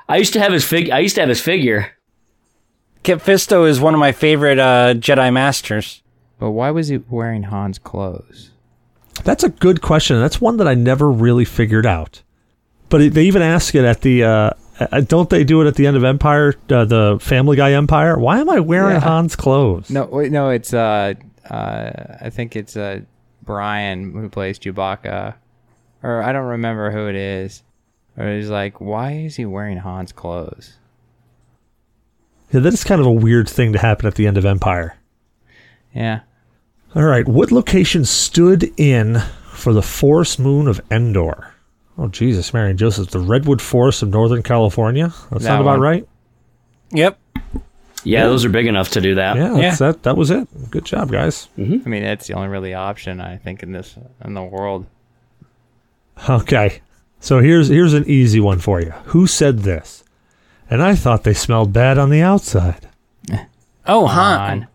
[SPEAKER 4] I used to have his fig. I used to have his figure.
[SPEAKER 2] Kit Fisto is one of my favorite uh, Jedi Masters.
[SPEAKER 3] But why was he wearing Han's clothes?
[SPEAKER 1] That's a good question. That's one that I never really figured out. But it, they even ask it at the. Uh, uh, don't they do it at the end of Empire, uh, the Family Guy Empire? Why am I wearing
[SPEAKER 3] Yeah.
[SPEAKER 1] Han's clothes?
[SPEAKER 3] No, wait, no, it's uh, uh, I think it's uh, Brian who plays Chewbacca, or I don't remember who it is. Or he's like, why is he wearing Han's clothes?
[SPEAKER 1] Yeah, that is kind of a weird thing to happen at the end of Empire.
[SPEAKER 3] Yeah,
[SPEAKER 1] All right, what location stood in for the forest moon of Endor? Oh, Jesus, Mary and Joseph, the redwood forest of Northern California. That,
[SPEAKER 3] That
[SPEAKER 1] sound about
[SPEAKER 3] one.
[SPEAKER 1] right?
[SPEAKER 2] Yep.
[SPEAKER 4] Yeah, those are big enough to do that.
[SPEAKER 1] Yeah, That's, that that was it. Good job, guys.
[SPEAKER 3] I mean that's the only really option I think in this in the world.
[SPEAKER 1] Okay. So here's here's an easy one for you. Who said this? And I thought they smelled bad on the outside.
[SPEAKER 2] Oh, Han.
[SPEAKER 3] Han.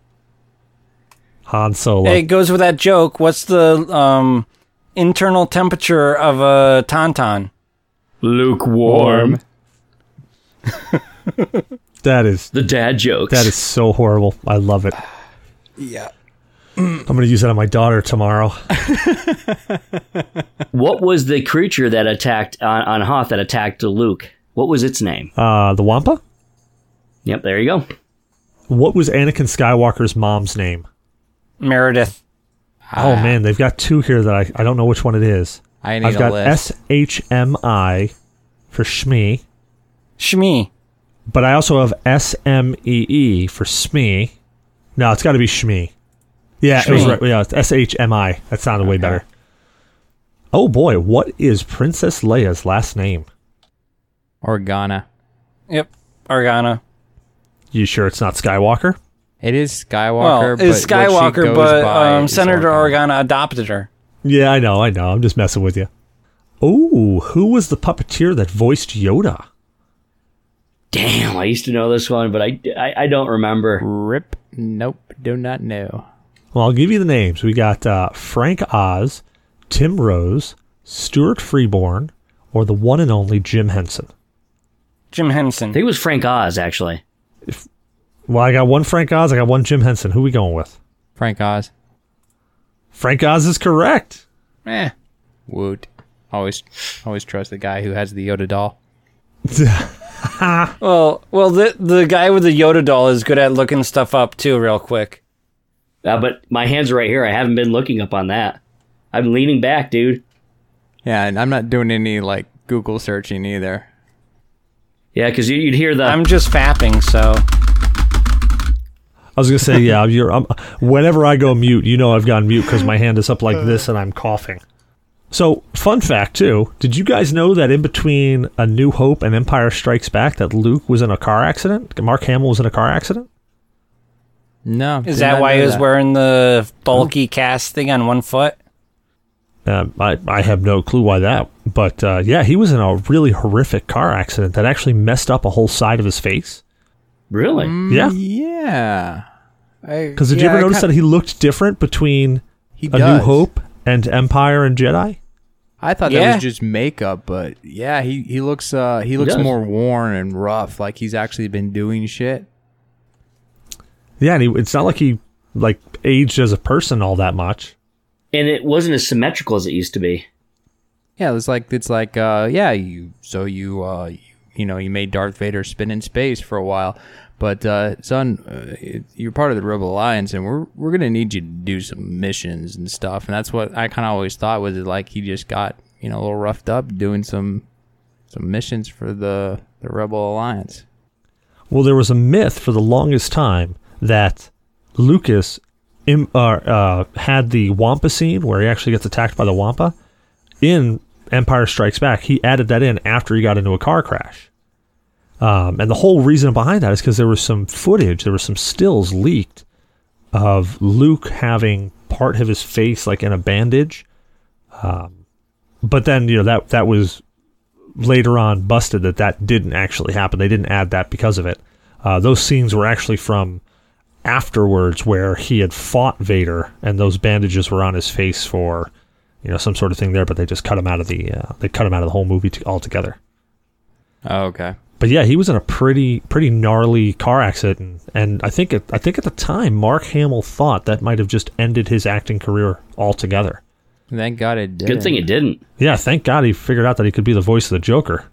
[SPEAKER 1] Han Solo.
[SPEAKER 2] It goes with that joke. What's the um, internal temperature of a tauntaun?
[SPEAKER 4] Lukewarm.
[SPEAKER 1] That is
[SPEAKER 4] The dad jokes.
[SPEAKER 1] that is so horrible. I love it. Yeah. I'm gonna use that on my daughter tomorrow.
[SPEAKER 4] What was the creature that attacked on, on Hoth that attacked Luke? What was its name?
[SPEAKER 1] Uh, the Wampa.
[SPEAKER 4] Yep, there you go.
[SPEAKER 1] What was Anakin Skywalker's mom's name?
[SPEAKER 2] Meredith.
[SPEAKER 1] Oh man, they've got two here that I, I don't know which one it is.
[SPEAKER 3] Uh, I need
[SPEAKER 1] I've
[SPEAKER 3] a
[SPEAKER 1] got
[SPEAKER 3] list.
[SPEAKER 1] S H M I for Shmi,
[SPEAKER 2] Shmi.
[SPEAKER 1] but I also have S M E E for Smee. No, it's got to be Shmi. Yeah, it was
[SPEAKER 2] Shmi.
[SPEAKER 1] right. Yeah, it's S H M I. That sounded way better. Oh boy, what is Princess Leia's last name?
[SPEAKER 3] Organa.
[SPEAKER 2] Yep. Organa.
[SPEAKER 1] You sure it's not Skywalker?
[SPEAKER 3] It is
[SPEAKER 2] Well,
[SPEAKER 3] Skywalker. but
[SPEAKER 2] it's
[SPEAKER 3] what she
[SPEAKER 2] Skywalker,
[SPEAKER 3] goes
[SPEAKER 2] but
[SPEAKER 3] by
[SPEAKER 2] um,
[SPEAKER 3] is
[SPEAKER 2] Senator Organa adopted her.
[SPEAKER 1] Yeah, I know, I know. I'm just messing with you. Oh, who was the puppeteer that voiced Yoda?
[SPEAKER 4] Damn, I used to know this one, but I, I, I don't remember.
[SPEAKER 3] Rip. Nope. Do not know.
[SPEAKER 1] Well, I'll give you the names. We got uh, Frank Oz, Tim Rose, Stuart Freeborn, or the one and only Jim Henson.
[SPEAKER 2] Jim
[SPEAKER 4] I
[SPEAKER 2] Henson.
[SPEAKER 4] think it was Frank Oz, actually.
[SPEAKER 1] Well, I got one Frank Oz, I got one Jim Henson. Who we going with?
[SPEAKER 3] Frank Oz.
[SPEAKER 1] Frank Oz is correct.
[SPEAKER 2] Eh.
[SPEAKER 3] Woot. Always, always trust the guy who has the Yoda doll.
[SPEAKER 2] Well, well, the the guy with the Yoda doll is good at looking stuff up too, real quick.
[SPEAKER 4] Uh, but my hands are right here. I haven't been looking up on that. I'm leaning back, dude.
[SPEAKER 3] Yeah, and I'm not doing any like Google searching either.
[SPEAKER 4] Yeah, because you'd hear the
[SPEAKER 2] I'm just fapping, so
[SPEAKER 1] I was gonna say, yeah. You're, um, whenever I go mute, you know I've gone mute because my hand is up like this and I'm coughing. So, fun fact too: Did you guys know that in between A New Hope and Empire Strikes Back, that Luke was in a car accident? Mark Hamill was in a car accident.
[SPEAKER 3] No.
[SPEAKER 2] is
[SPEAKER 3] did
[SPEAKER 2] that
[SPEAKER 3] not
[SPEAKER 2] why
[SPEAKER 3] know
[SPEAKER 2] he was
[SPEAKER 3] that. Oh.
[SPEAKER 2] wearing the bulky cast thing on one foot?
[SPEAKER 1] Um, I I have no clue why that, but uh, yeah, he was in a really horrific car accident that actually messed up a whole side of his face.
[SPEAKER 4] really.
[SPEAKER 1] Yeah,
[SPEAKER 3] Mm, Yeah.
[SPEAKER 1] because did you ever notice that he looked different between
[SPEAKER 3] he
[SPEAKER 1] A New Hope and Empire and Jedi?
[SPEAKER 3] I thought
[SPEAKER 2] Yeah.
[SPEAKER 3] that was just makeup, but yeah, he he looks uh he looks
[SPEAKER 4] does.
[SPEAKER 3] more worn and rough, like he's actually been doing shit.
[SPEAKER 1] Yeah, and he, it's not like he like aged as a person all that much.
[SPEAKER 4] And it wasn't as symmetrical as it used to be.
[SPEAKER 3] Yeah, it's like it's like uh yeah, you so you uh you, you know, you made Darth Vader spin in space for a while. But uh son, uh, it- you're part of the Rebel Alliance and we're we're going to need you to do some missions and stuff. And that's what I kind of always thought was it like he just got, you know, a little roughed up doing some some missions for the the Rebel Alliance.
[SPEAKER 1] Well, there was a myth for the longest time that Lucas im- uh, uh, had the Wampa scene where he actually gets attacked by the Wampa in Empire Strikes Back. He added that in after he got into a car crash. Um, and the whole reason behind that is because there was some footage, there was some stills leaked of Luke having part of his face like in a bandage. Um, but then, you know, that, that was later on busted that that didn't actually happen. They didn't add that because of it. Uh, those scenes were actually from afterwards where he had fought Vader and those bandages were on his face for you know some sort of thing there, but they just cut him out of the uh, they cut him out of the whole movie to, altogether.
[SPEAKER 3] Oh, okay.
[SPEAKER 1] But yeah, he was in a pretty pretty gnarly car accident, and I think at, I think at the time Mark Hamill thought that might have just ended his acting career altogether.
[SPEAKER 3] Thank God it did.
[SPEAKER 4] Good thing it didn't.
[SPEAKER 1] Yeah, thank God he figured out that he could be the voice of the Joker.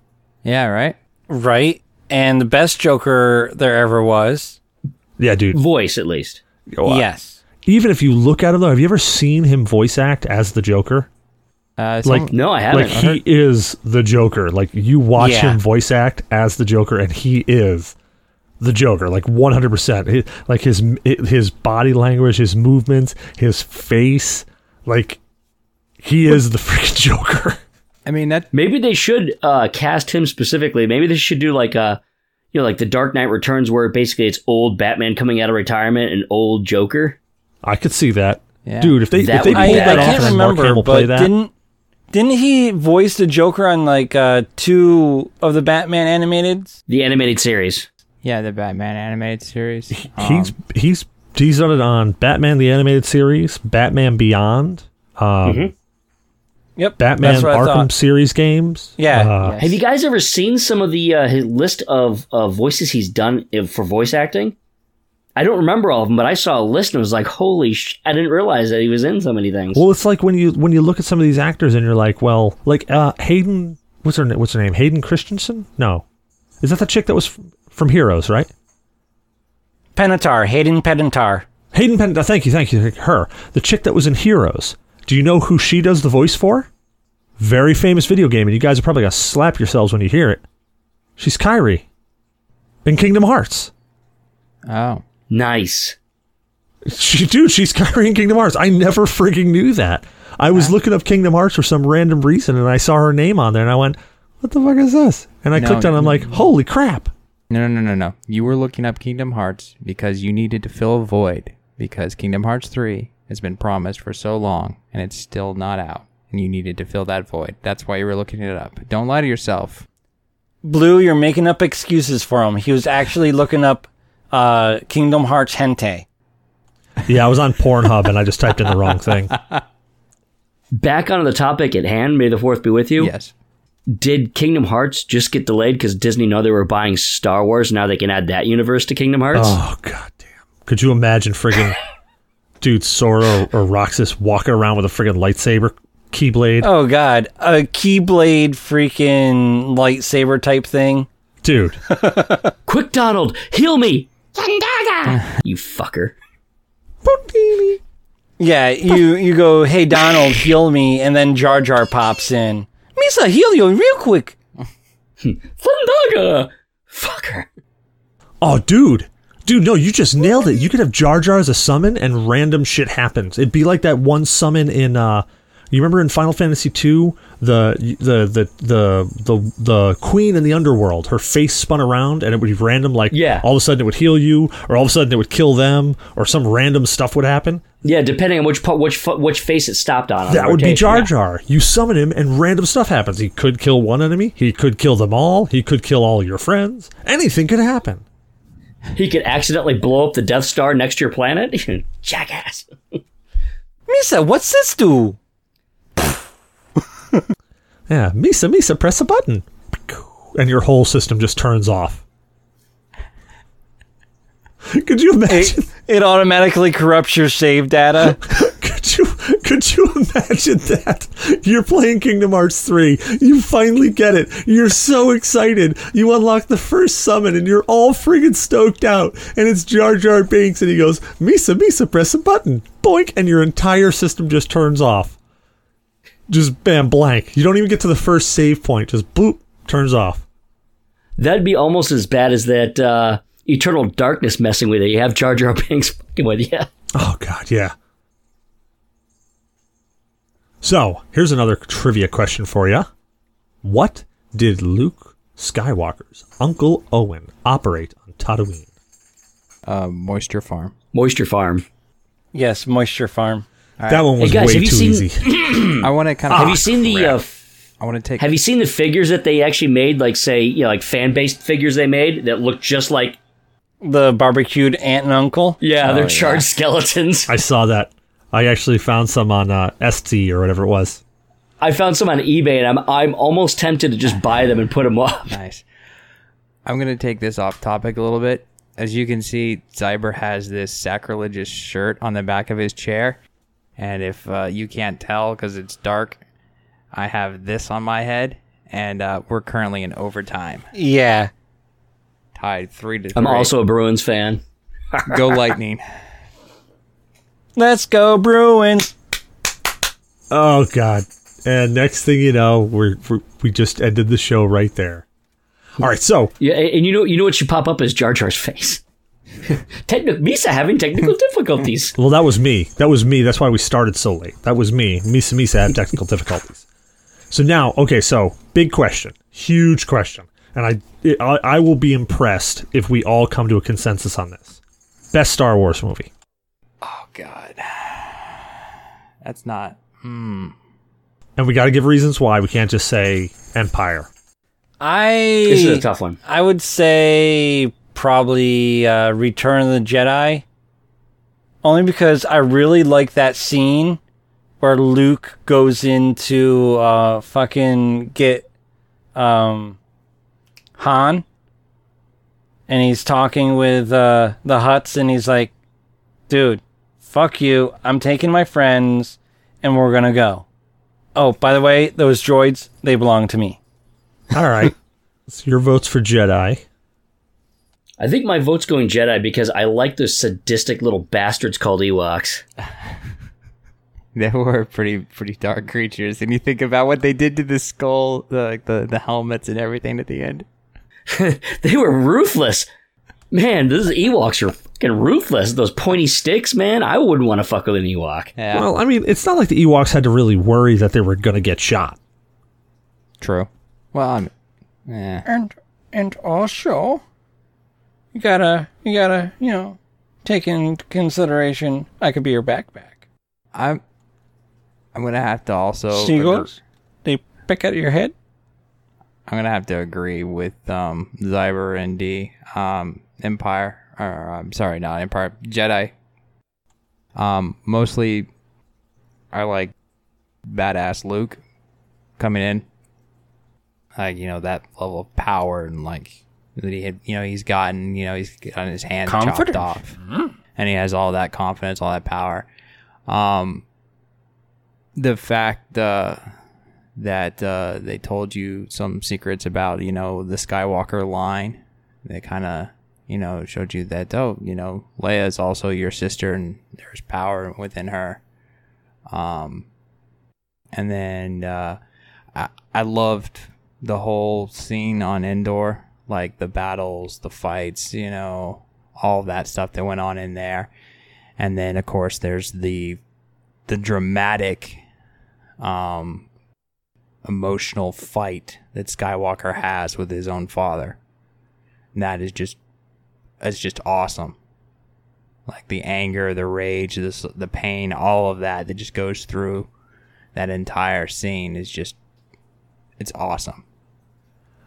[SPEAKER 3] Yeah, right?
[SPEAKER 2] Right? And the best Joker there ever was.
[SPEAKER 1] Yeah, dude.
[SPEAKER 4] Voice, at least.
[SPEAKER 2] Yes.
[SPEAKER 1] even if you look at him though, have you ever seen him voice act as the Joker?
[SPEAKER 3] Uh,
[SPEAKER 1] Like-
[SPEAKER 3] some-
[SPEAKER 4] No, I
[SPEAKER 1] Like
[SPEAKER 4] haven't.
[SPEAKER 1] he is the Joker. Like you watch
[SPEAKER 2] Yeah.
[SPEAKER 1] him voice act as the Joker, and he is the Joker. Like one hundred percent. Like his his body language, his movements, his face. Like he is the freaking Joker.
[SPEAKER 3] I mean that.
[SPEAKER 4] Maybe they should uh, cast him specifically. Maybe they should do like a, you know, like the Dark Knight Returns, where basically it's old Batman coming out of retirement and old Joker.
[SPEAKER 1] I could see that,
[SPEAKER 3] Yeah.
[SPEAKER 1] dude. If they if
[SPEAKER 4] That
[SPEAKER 1] they
[SPEAKER 4] would
[SPEAKER 1] pulled
[SPEAKER 4] be
[SPEAKER 2] I,
[SPEAKER 4] bad.
[SPEAKER 1] that
[SPEAKER 2] I
[SPEAKER 1] off,
[SPEAKER 2] can't
[SPEAKER 1] and Mark
[SPEAKER 2] remember,
[SPEAKER 1] Hamill
[SPEAKER 2] but
[SPEAKER 1] play that.
[SPEAKER 2] didn't didn't he voice the Joker on like uh two of the Batman animated?
[SPEAKER 4] The animated series.
[SPEAKER 3] Yeah, the Batman animated series. Oh,
[SPEAKER 1] he's he's he's done it on Batman the animated series, Batman Beyond, um,
[SPEAKER 2] Yep.
[SPEAKER 1] Batman
[SPEAKER 2] that's what I
[SPEAKER 1] Arkham
[SPEAKER 2] thought.
[SPEAKER 1] series games.
[SPEAKER 2] Yeah.
[SPEAKER 1] Uh,
[SPEAKER 3] Yes.
[SPEAKER 4] Have you guys ever seen some of the uh, his list of uh, voices he's done i- for voice acting? I don't remember all of them, but I saw a list and was like, "Holy sh!" I didn't realize that he was in so many things.
[SPEAKER 1] Well, it's like when you when you look at some of these actors and you're like, well, like uh, Hayden, what's her na- what's her name? Hayden Christensen? No, is that the chick that was f- from Heroes, right?
[SPEAKER 2] Penatar, Hayden Penatar.
[SPEAKER 1] Hayden Pen. uh, Thank you, thank you. Her, the chick that was in Heroes. Do you know who she does the voice for? Very famous video game, and you guys are probably gonna slap yourselves when you hear it. She's Kyrie in Kingdom Hearts.
[SPEAKER 3] oh,
[SPEAKER 4] nice.
[SPEAKER 1] She, dude, she's Kyrie in Kingdom Hearts. I never freaking knew that. I was looking up Kingdom Hearts for some random reason, and I saw her name on there, and I went, "What the fuck is this?" And I
[SPEAKER 3] No,
[SPEAKER 1] clicked on. it, I'm like, "Holy crap!"
[SPEAKER 3] no, no, no, no, no! You were looking up Kingdom Hearts because you needed to fill a void because Kingdom Hearts three has been promised for so long and it's still not out, and you needed to fill that void. That's why you were looking it up. Don't lie to yourself.
[SPEAKER 2] Blue, you're making up excuses for him. He was actually looking up uh, Kingdom Hearts Hente.
[SPEAKER 1] Yeah, I was on Pornhub, and I just typed in the wrong thing.
[SPEAKER 4] Back onto the topic at hand. May the fourth be with you.
[SPEAKER 3] Yes.
[SPEAKER 4] Did Kingdom Hearts just get delayed because Disney know they were buying Star Wars? Now they can add that universe to Kingdom Hearts.
[SPEAKER 1] Oh god damn! Could you imagine friggin' dude Sora or, or Roxas walking around with a friggin' lightsaber keyblade?
[SPEAKER 2] Oh God, a Keyblade freaking lightsaber type thing.
[SPEAKER 1] Dude,
[SPEAKER 4] Quick, Donald, heal me! you fucker.
[SPEAKER 2] Yeah, you you go, hey Donald, heal me, and then Jar Jar pops in. Misa, heal you real quick.
[SPEAKER 4] Fundaga! Fucker.
[SPEAKER 1] Oh, dude. Dude, no, you just nailed it. You could have Jar Jar as a summon and random shit happens. It'd be like that one summon in uh you remember in Final Fantasy II, the the the the the, the queen in the underworld, her face spun around and it would be random like
[SPEAKER 4] Yeah.
[SPEAKER 1] all of a sudden it would heal you or all of a sudden it would kill them or some random stuff would happen.
[SPEAKER 4] Yeah, depending on which pu- which fu- which face it stopped on. on
[SPEAKER 1] That
[SPEAKER 4] the
[SPEAKER 1] would be
[SPEAKER 4] rotation,
[SPEAKER 1] Jar
[SPEAKER 4] yeah.
[SPEAKER 1] Jar. You summon him and random stuff happens. He could kill one enemy, he could kill them all, he could kill all your friends. Anything could happen.
[SPEAKER 4] He could accidentally blow up the Death Star next to your planet. Jackass.
[SPEAKER 2] Misa, what's this do?
[SPEAKER 1] Yeah, Misa, Misa, press a button. And your whole system just turns off. Could you imagine?
[SPEAKER 2] It, it automatically corrupts your save data.
[SPEAKER 1] Could you could you imagine that? You're playing Kingdom Hearts 3. You finally get it. You're so excited. You unlock the first summon and you're all friggin' stoked out. And it's Jar Jar Binks and he goes, Misa, Misa, press a button. Boink, and your entire system just turns off. Just bam blank. You don't even get to the first save point. Just boop, turns off.
[SPEAKER 4] That'd be almost as bad as that uh, Eternal Darkness messing with you. You have Jar Jar Binks fucking with you.
[SPEAKER 1] Oh god, yeah. So, here's another trivia question for you. What did Luke Skywalker's uncle Owen operate on Tatooine?
[SPEAKER 3] Uh, moisture farm.
[SPEAKER 4] Moisture Farm.
[SPEAKER 2] yes, Moisture Farm.
[SPEAKER 1] That one was
[SPEAKER 4] Hey, guys,
[SPEAKER 1] way
[SPEAKER 4] have
[SPEAKER 1] too
[SPEAKER 4] you seen-
[SPEAKER 1] easy.
[SPEAKER 3] I want to
[SPEAKER 1] Ah,
[SPEAKER 3] kind of.
[SPEAKER 4] Hmm. have you seen the uh,
[SPEAKER 3] I want to take.
[SPEAKER 4] Have you seen the figures that they actually made? Like say, you know, like fan based figures they made that look just like
[SPEAKER 2] The barbecued aunt and uncle.
[SPEAKER 1] Oh,
[SPEAKER 4] yeah, they're charred skeletons.
[SPEAKER 1] I saw that. I actually found some on uh, ST or whatever it was.
[SPEAKER 4] I found some on eBay, and I'm I'm almost tempted to just buy them and put them up.
[SPEAKER 3] Nice. I'm gonna take this off topic a little bit. As you can see, Zyber has this sacrilegious shirt on the back of his chair, and if uh, you can't tell because it's dark, I have this on my head, and uh, we're currently in overtime,
[SPEAKER 2] Yeah.
[SPEAKER 3] tied three to.
[SPEAKER 4] I'm
[SPEAKER 3] three.
[SPEAKER 4] also a Bruins fan.
[SPEAKER 3] go lightning.
[SPEAKER 2] Let's go Bruins.
[SPEAKER 1] Oh god. And next thing you know, we're, we're we just ended the show right there. All right, so
[SPEAKER 4] Yeah, and and you know you know what should pop up is Jar Jar's face. Technic Misa having technical difficulties.
[SPEAKER 1] Well, that was me. That was me. That's why we started so late. That was me. Misa Misa had technical difficulties. So now, okay, so big question, huge question, and I, it- I I will be impressed if we all come to a consensus on this. Best Star Wars movie.
[SPEAKER 3] Oh God, that's not.
[SPEAKER 1] And we got to give reasons why. We can't just say Empire.
[SPEAKER 2] I
[SPEAKER 4] This is a tough one.
[SPEAKER 2] I would say probably uh, Return of the Jedi. Only because I really like that scene where Luke goes in to uh, fucking get um, Han. And he's talking with uh, the Huts and he's like, dude, fuck you. I'm taking my friends and we're going to go. Oh, by the way, those droids, they belong to me.
[SPEAKER 1] All right. so your votes for Jedi.
[SPEAKER 4] I think my vote's going Jedi because I like those sadistic little bastards called Ewoks.
[SPEAKER 3] They were pretty pretty dark creatures, and you think about what they did to the skull, the like the, the helmets and everything at the end.
[SPEAKER 4] They were ruthless. Man, those Ewoks are fucking ruthless. Those pointy sticks, man. I wouldn't want to fuck with an Ewok.
[SPEAKER 3] Yeah,
[SPEAKER 1] Well, I mean, it's not like the Ewoks had to really worry that they were going to get shot.
[SPEAKER 3] true. Well, I'm. Yeah.
[SPEAKER 2] and and also you gotta you gotta you know take in consideration i could be your backpack
[SPEAKER 3] I'm I'm gonna have to also
[SPEAKER 2] seagulls they pick out your head
[SPEAKER 3] I'm gonna have to agree with um Zyber and D um Empire or I'm sorry not Empire Jedi. Um, mostly I like badass Luke coming in, like you know that level of power and like that he had you know he's gotten you know he's gotten his hand
[SPEAKER 2] Confidence.
[SPEAKER 3] chopped off, and he has all that confidence, all that power. Um, the fact uh, that uh, they told you some secrets about you know the Skywalker line, they kind of you know showed you that oh you know Leia is also your sister and there's power within her. Um, and then uh, I I loved the whole scene on Endor like the battles, the fights, you know, all that stuff that went on in there. And then of course there's the the dramatic um emotional fight that Skywalker has with his own father. And that is just it's just awesome. Like the anger, the rage, this the pain, all of that that just goes through that entire scene is just it's awesome.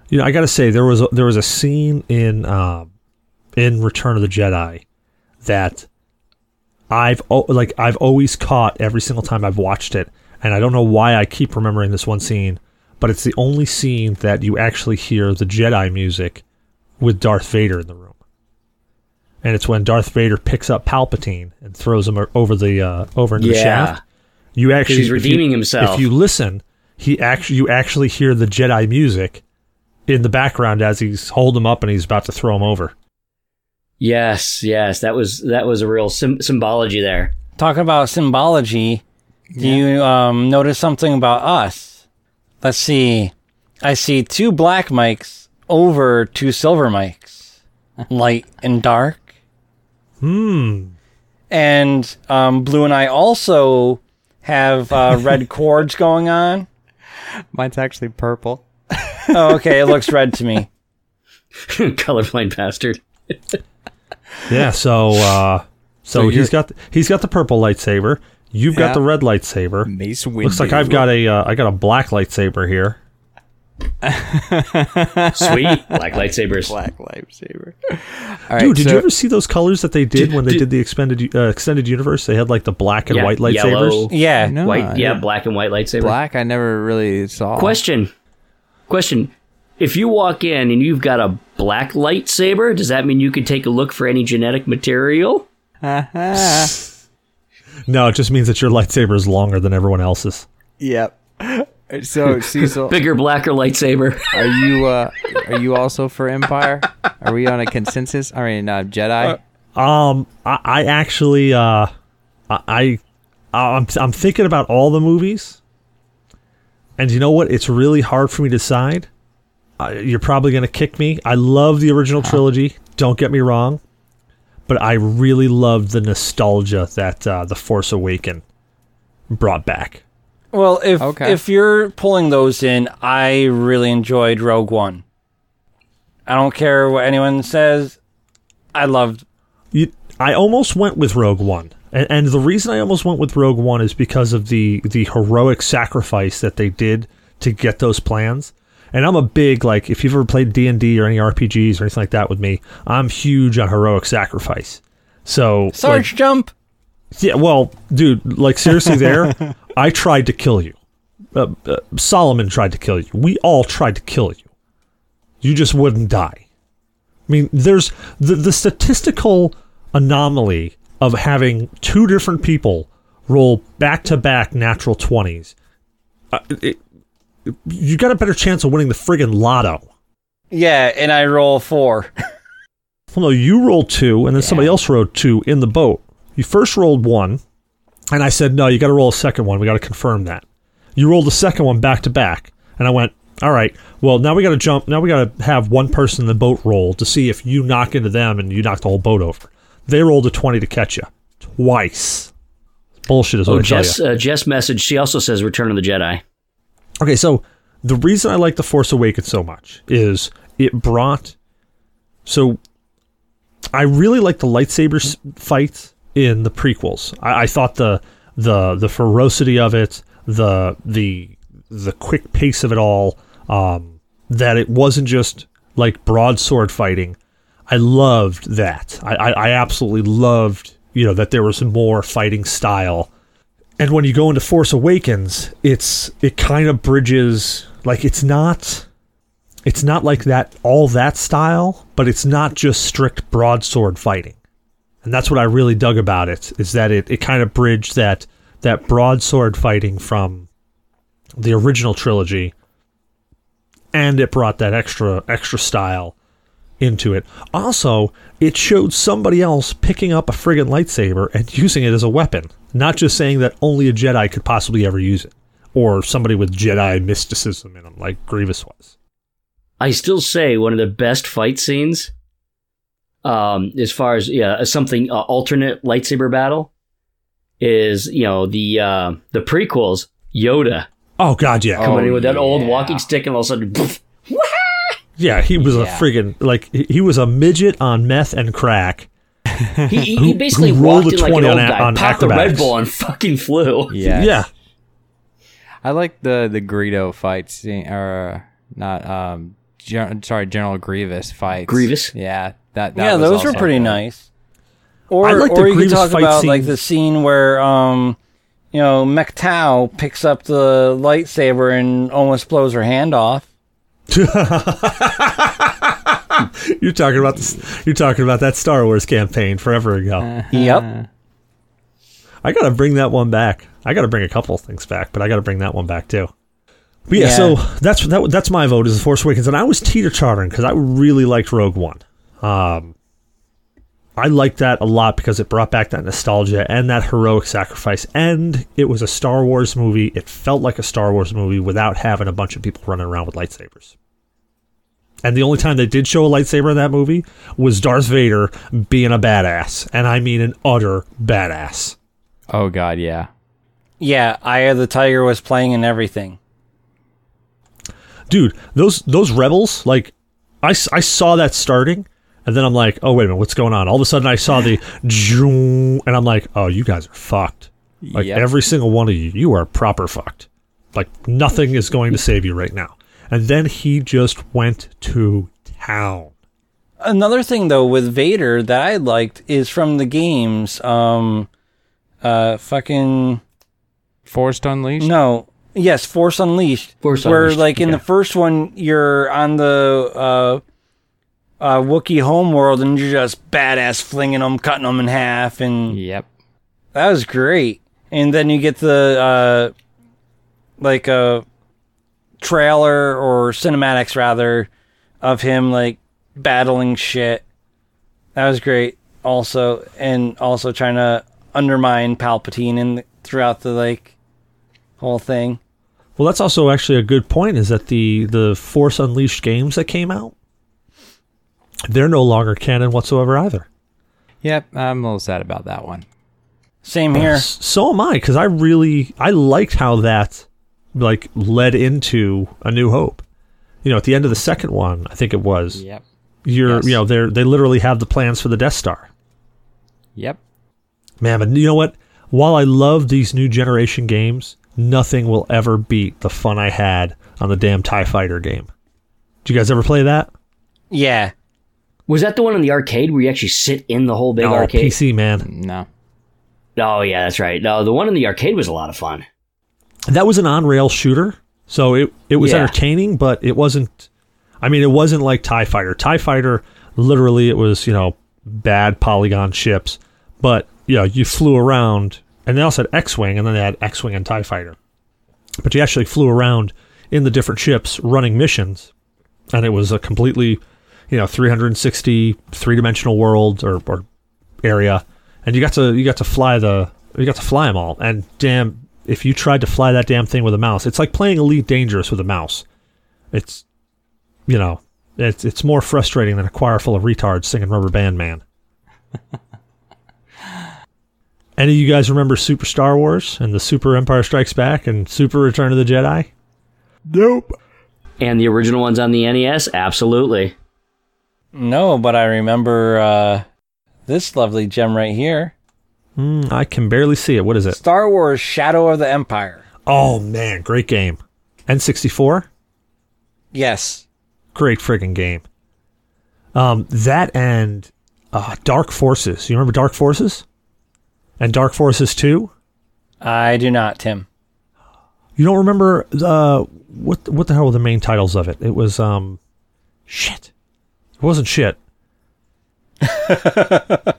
[SPEAKER 1] You know, I gotta say there was a, there was a scene in um, in Return of the Jedi that I've o- like I've always caught every single time I've watched it, and I don't know why I keep remembering this one scene, but it's the only scene that you actually hear the Jedi music with Darth Vader in the room, and it's when Darth Vader picks up Palpatine and throws him o- over the uh, over into the shaft. You actually
[SPEAKER 4] he's
[SPEAKER 1] if you-
[SPEAKER 4] redeeming himself.
[SPEAKER 1] If you listen, he actually you actually hear the Jedi music in the background as he's holding him up and he's about to throw him over.
[SPEAKER 4] Yes, yes, that was that was a real sym symbology there.
[SPEAKER 2] Talking about symbology, do you um, notice something about us? Let's see. I see two black mics over two silver mics, light and dark.
[SPEAKER 1] Hmm.
[SPEAKER 2] And um, Blue and I also have uh, red cords going on.
[SPEAKER 3] Mine's actually purple.
[SPEAKER 2] Oh, okay, it looks red to me.
[SPEAKER 4] Colorblind bastard.
[SPEAKER 1] Yeah. So uh, so,
[SPEAKER 3] So
[SPEAKER 1] he's
[SPEAKER 3] you're-
[SPEAKER 1] got he's got the purple lightsaber. You've
[SPEAKER 3] Yeah.
[SPEAKER 1] got the red lightsaber.
[SPEAKER 3] Mace
[SPEAKER 1] Looks like I've got a uh, I got a black lightsaber here.
[SPEAKER 4] Sweet black lightsabers.
[SPEAKER 3] black lightsaber.
[SPEAKER 1] Dude, did you ever see those colors that they did, when they
[SPEAKER 4] did-
[SPEAKER 1] did, the expanded uh, extended universe? They had like the black and
[SPEAKER 4] Yeah,
[SPEAKER 1] white lightsabers.
[SPEAKER 4] yellow,
[SPEAKER 2] Yeah.
[SPEAKER 3] No,
[SPEAKER 4] white, yeah, black and white lightsaber.
[SPEAKER 3] black. I never really saw.
[SPEAKER 4] Question, question. If you walk in and you've got a black lightsaber, does that mean you can take a look for any genetic material?
[SPEAKER 1] No, it just means that your lightsaber is longer than everyone else's.
[SPEAKER 3] Yep. So Cecil,
[SPEAKER 4] Bigger, blacker lightsaber.
[SPEAKER 3] are you uh, are you also for Empire? Are we on a consensus? I mean, uh, Jedi.
[SPEAKER 1] Um, I, I actually, uh, I, I, I'm, I'm thinking about all the movies, and you know what? It's really hard for me to decide. Uh, you're probably gonna kick me. I love the original trilogy. Don't get me wrong, but I really loved the nostalgia that uh, the Force Awaken brought back.
[SPEAKER 2] Well, if
[SPEAKER 3] Okay.
[SPEAKER 2] if you're pulling those in, I really enjoyed Rogue One. I don't care what anyone says. I loved.
[SPEAKER 1] You, I almost went with Rogue One, and, and the reason I almost went with Rogue One is because of the the heroic sacrifice that they did to get those plans. And I'm a big like if you've ever played D and D or any RPGs or anything like that with me, I'm huge on heroic sacrifice. So like,
[SPEAKER 2] Sarge jump.
[SPEAKER 1] yeah, well, dude, like seriously, there, I tried to kill you. Uh, uh, Solomon tried to kill you. We all tried to kill you. You just wouldn't die. I mean, there's the the statistical anomaly of having two different people roll back to back natural twenties. Uh, it, you got a better chance of winning the friggin' lotto.
[SPEAKER 2] Yeah, and I roll four.
[SPEAKER 1] Well, no, you rolled two, and then somebody else rolled two in the boat. You first rolled one, and I said, no, you got to roll a second one. We got to confirm that. You rolled the second one back to back, and I went, all right, well, now we got to jump. Now we got to have one person in the boat roll to see if you knock into them and you knock the whole boat over. They rolled a 20 to catch you twice. Bullshit is what
[SPEAKER 4] Oh,
[SPEAKER 1] I tell
[SPEAKER 4] Jess,
[SPEAKER 1] you.
[SPEAKER 4] uh, Jess message. She also says Return of the Jedi.
[SPEAKER 1] Okay, so the reason I like The Force Awakens so much is it brought. So I really like the lightsaber s- fights in the prequels. I, I thought the the the ferocity of it, the the the quick pace of it all, um, that it wasn't just like broadsword fighting. I loved that. I, I, I absolutely loved you know that there was more fighting style and when you go into Force Awakens, it's it kind of bridges like it's not it's not like that all that style, but it's not just strict broadsword fighting. And that's what I really dug about it is that it, it kind of bridged that that broadsword fighting from the original trilogy and it brought that extra extra style into it. Also, it showed somebody else picking up a friggin' lightsaber and using it as a weapon, not just saying that only a Jedi could possibly ever use it, or somebody with Jedi mysticism in them, like Grievous was.
[SPEAKER 4] I still say one of the best fight scenes, um, as far as yeah, as something uh, alternate lightsaber battle, is you know the uh, the prequels Yoda
[SPEAKER 1] Oh god, yeah,
[SPEAKER 4] coming
[SPEAKER 3] Oh,
[SPEAKER 4] in with that old
[SPEAKER 3] yeah.
[SPEAKER 4] walking stick, and all of a sudden, poof,
[SPEAKER 1] yeah. He was a
[SPEAKER 3] Yeah.
[SPEAKER 1] friggin' like he he was a midget on meth and crack.
[SPEAKER 4] he, he, he
[SPEAKER 1] Who-
[SPEAKER 4] basically
[SPEAKER 1] who rolled
[SPEAKER 4] walked
[SPEAKER 1] a
[SPEAKER 4] in like an
[SPEAKER 1] 20
[SPEAKER 4] old
[SPEAKER 1] on a-
[SPEAKER 4] guy,
[SPEAKER 1] on
[SPEAKER 4] popped the Red
[SPEAKER 1] acrobatics.
[SPEAKER 4] Bull, and fucking flew.
[SPEAKER 3] Yeah.
[SPEAKER 1] Yeah,
[SPEAKER 3] I like the the Greedo fight scene, or not? Um, gen- sorry, General Grievous fights.
[SPEAKER 4] Grievous?
[SPEAKER 3] Yeah, that. that
[SPEAKER 2] yeah,
[SPEAKER 3] was
[SPEAKER 2] those were
[SPEAKER 3] also
[SPEAKER 2] pretty
[SPEAKER 3] cool.
[SPEAKER 2] nice. Or,
[SPEAKER 1] like the
[SPEAKER 2] or you could
[SPEAKER 1] Grievous
[SPEAKER 2] talk
[SPEAKER 1] fight
[SPEAKER 2] about like
[SPEAKER 1] scenes.
[SPEAKER 2] the scene where um, you know, McTow picks up the lightsaber and almost blows her hand off.
[SPEAKER 1] you're talking about this, you're talking about that Star Wars campaign forever
[SPEAKER 3] Uh,
[SPEAKER 1] ago.
[SPEAKER 2] Yep.
[SPEAKER 1] I gotta bring that one back. I gotta bring a couple things back, but I gotta bring that one back too. But yeah,
[SPEAKER 2] Yeah.
[SPEAKER 1] so that's that, that's my vote is the Force Awakens, and I was teeter tottering because I really liked Rogue One. Um, I liked that a lot because it brought back that nostalgia and that heroic sacrifice, and it was a Star Wars movie. It felt like a Star Wars movie without having a bunch of people running around with lightsabers. And the only time they did show a lightsaber in that movie was Darth Vader being a badass, and I mean an utter badass.
[SPEAKER 3] Oh God, yeah.
[SPEAKER 2] Yeah, Eye of the Tiger was playing and everything.
[SPEAKER 1] dude those those rebels like I, s- I saw that starting and then i'm like oh wait a minute what's going on all of a sudden i saw the zoom, and i'm like oh you guys are fucked like
[SPEAKER 3] Yep.
[SPEAKER 1] every single one of you you are proper fucked like nothing is going to save you right now and then he just went to town
[SPEAKER 2] Another thing though with Vader that I liked is from the games. Um, uh, fucking
[SPEAKER 3] Forced Unleashed.
[SPEAKER 2] No. Yes, Force Unleashed.
[SPEAKER 4] Force
[SPEAKER 2] where,
[SPEAKER 4] Unleashed,
[SPEAKER 2] like in
[SPEAKER 4] yeah.
[SPEAKER 2] the first one, you're on the uh, uh, Wookiee homeworld and you're just badass flinging them, cutting them in half, and
[SPEAKER 3] Yep.
[SPEAKER 2] that was great. And then you get the uh, like a trailer or cinematics rather of him like battling shit. That was great. Also, and also trying to undermine Palpatine and throughout the like whole thing.
[SPEAKER 1] well that's also actually a good point is that the the force unleashed games that came out they're no longer canon whatsoever either
[SPEAKER 3] Yep. I'm a little sad about that one.
[SPEAKER 2] Same here.
[SPEAKER 1] S- So am I, because I really I liked how that like led into A New Hope. You know, at the end of the second one, I think it was.
[SPEAKER 3] Yep.
[SPEAKER 1] You're
[SPEAKER 3] Yes.
[SPEAKER 1] you know they're they literally have the plans for the Death Star.
[SPEAKER 3] Yep.
[SPEAKER 1] Man, but you know what? While I love these new generation games, nothing will ever beat the fun I had on the damn Tie Fighter game. Do you guys ever play that?
[SPEAKER 2] Yeah.
[SPEAKER 4] Was that the one in the arcade where you actually sit in the whole big
[SPEAKER 1] no,
[SPEAKER 4] arcade?
[SPEAKER 1] PC man.
[SPEAKER 3] No.
[SPEAKER 4] Oh yeah, that's right. No, the one in the arcade was a lot of fun.
[SPEAKER 1] That was an on rail shooter, so it it was
[SPEAKER 4] Yeah.
[SPEAKER 1] entertaining, but it wasn't I mean, it wasn't like TIE Fighter. TIE Fighter, literally, it was, you know, bad polygon ships. But, you know, you flew around, and they also had X Wing, and then they had X Wing and TIE Fighter. But you actually flew around in the different ships running missions, and it was a completely, you know, 360 three dimensional world or, or area. And you got to you got to fly the you got to fly them all. And damn, if you tried to fly that damn thing with a mouse, it's like playing Elite Dangerous with a mouse. It's you know, it's it's more frustrating than a choir full of retards singing Rubber Band Man. Any of you guys remember Super Star Wars and the Super Empire Strikes Back and Super Return of the Jedi? Nope.
[SPEAKER 4] And the original ones on the NES, absolutely.
[SPEAKER 2] No, but I remember uh, this lovely gem right here
[SPEAKER 1] Mm, I can barely see it. What is it?
[SPEAKER 2] Star Wars Shadow of the Empire.
[SPEAKER 1] Oh man, great game. N64,
[SPEAKER 2] Yes.
[SPEAKER 1] great friggin' game. Um, that and uh, Dark Forces. You remember Dark Forces? And Dark Forces 2?
[SPEAKER 2] I do not, Tim.
[SPEAKER 1] You don't remember uh, what what the hell were the main titles of it? It was um shit. It wasn't shit.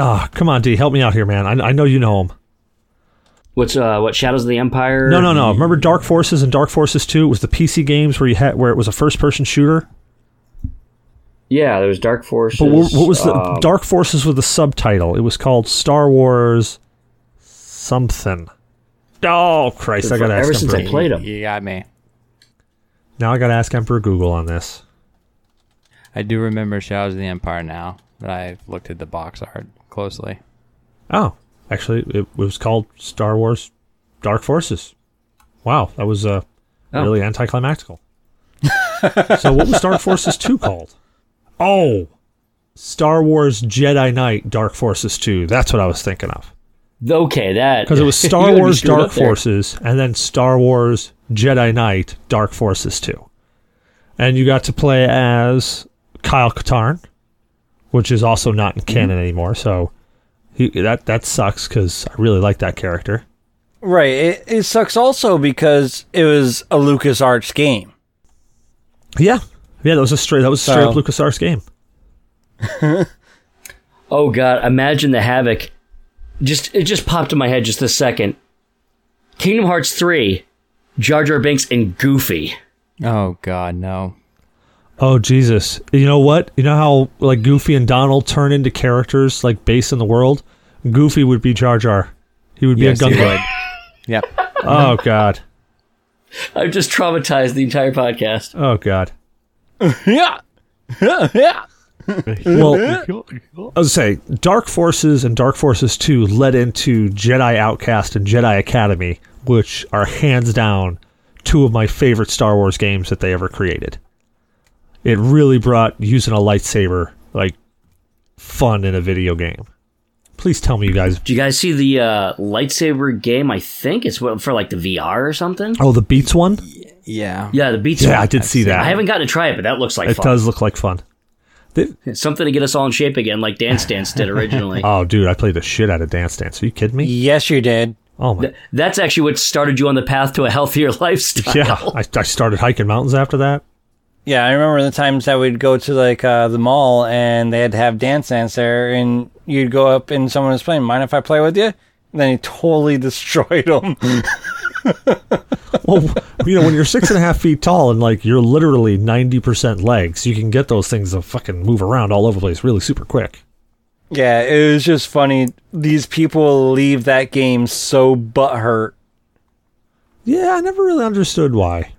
[SPEAKER 1] Ah, come on, D, help me out here, man. I, I know you know him.
[SPEAKER 4] What's uh, what Shadows of the Empire?
[SPEAKER 1] No, no, no. Remember Dark Forces and Dark Forces Two? It was the PC games where you had where it was a first person shooter.
[SPEAKER 4] Yeah, there was Dark Forces.
[SPEAKER 1] But what, what was the
[SPEAKER 4] um,
[SPEAKER 1] Dark Forces with the subtitle? It was called Star Wars something. Oh Christ! I gotta ask
[SPEAKER 4] Ever
[SPEAKER 1] him
[SPEAKER 4] since
[SPEAKER 1] for
[SPEAKER 4] I
[SPEAKER 1] it.
[SPEAKER 4] played them,
[SPEAKER 3] You got me.
[SPEAKER 1] Now I gotta ask Emperor Google on this.
[SPEAKER 3] I do remember Shadows of the Empire now, but I looked at the box art closely.
[SPEAKER 1] Oh, actually, it, was called Star Wars Dark Forces. Wow, that was uh,
[SPEAKER 4] Oh.
[SPEAKER 1] really anticlimactical. so, what was Dark Forces 2 called? Oh, Star Wars Jedi Knight Dark Forces 2. That's what I was thinking of.
[SPEAKER 4] Okay, that
[SPEAKER 1] Because it was
[SPEAKER 4] you
[SPEAKER 1] Star
[SPEAKER 4] gotta be
[SPEAKER 1] Wars
[SPEAKER 4] screwed
[SPEAKER 1] Dark
[SPEAKER 4] up there.
[SPEAKER 1] Forces and then Star Wars Jedi Knight Dark Forces 2. And you got to play as Kyle Katarn, which is also not
[SPEAKER 4] Mm-hmm.
[SPEAKER 1] in canon anymore. So he, that that sucks because I really like that character.
[SPEAKER 2] Right. It, it sucks also because it was a LucasArts game.
[SPEAKER 1] Yeah, yeah, that was a straight that was a straight up
[SPEAKER 2] So-
[SPEAKER 1] LucasArts game.
[SPEAKER 4] Oh god, imagine the havoc. Just it just popped in my head just a second. Kingdom Hearts 3, Jar Jar Binks and Goofy.
[SPEAKER 3] Oh God, no!
[SPEAKER 1] Oh Jesus! You know what? You know how like Goofy and Donald turn into characters like based in the world. Goofy would be Jar Jar. He would be
[SPEAKER 3] Yes,
[SPEAKER 1] a
[SPEAKER 3] he
[SPEAKER 1] Gungan.
[SPEAKER 3] Yep.
[SPEAKER 1] Oh God!
[SPEAKER 4] I've just traumatized the entire podcast.
[SPEAKER 1] Oh God!
[SPEAKER 2] Yeah. yeah.
[SPEAKER 1] Well, I was gonna say Dark Forces and Dark Forces Two led into Jedi Outcast and Jedi Academy, which are hands down two of my favorite Star Wars games that they ever created. It really brought using a lightsaber like fun in a video game. Please tell me you guys.
[SPEAKER 4] Do you guys see the uh, lightsaber game? I think it's what- for like the VR or something.
[SPEAKER 1] Oh, the Beats one.
[SPEAKER 3] Yeah.
[SPEAKER 4] Yeah, the beats.
[SPEAKER 1] Yeah, I did see that.
[SPEAKER 4] I haven't gotten to try it, but that looks like
[SPEAKER 1] It
[SPEAKER 4] fun.
[SPEAKER 1] does look like fun.
[SPEAKER 4] It's something to get us all in shape again, like Dance Dance did originally.
[SPEAKER 1] Oh, dude, I played the shit out of Dance Dance. Are you kidding me?
[SPEAKER 2] Yes, you did.
[SPEAKER 1] Oh my.
[SPEAKER 4] That's actually what started you on the path to a healthier lifestyle.
[SPEAKER 1] Yeah, I, I started hiking mountains after that.
[SPEAKER 2] Yeah, I remember the times that we'd go to like uh, the mall and they had to have dance dance there, and you'd go up and someone was playing. Mind if I play with you? And then he totally destroyed them.
[SPEAKER 1] Well, Oh, you know, when you're six and a half feet tall and like you're literally ninety percent legs, you can get those things to fucking move around all over the place really super quick.
[SPEAKER 2] yeah, it was just funny. These people leave that game so butthurt.
[SPEAKER 1] Yeah, I never really understood why.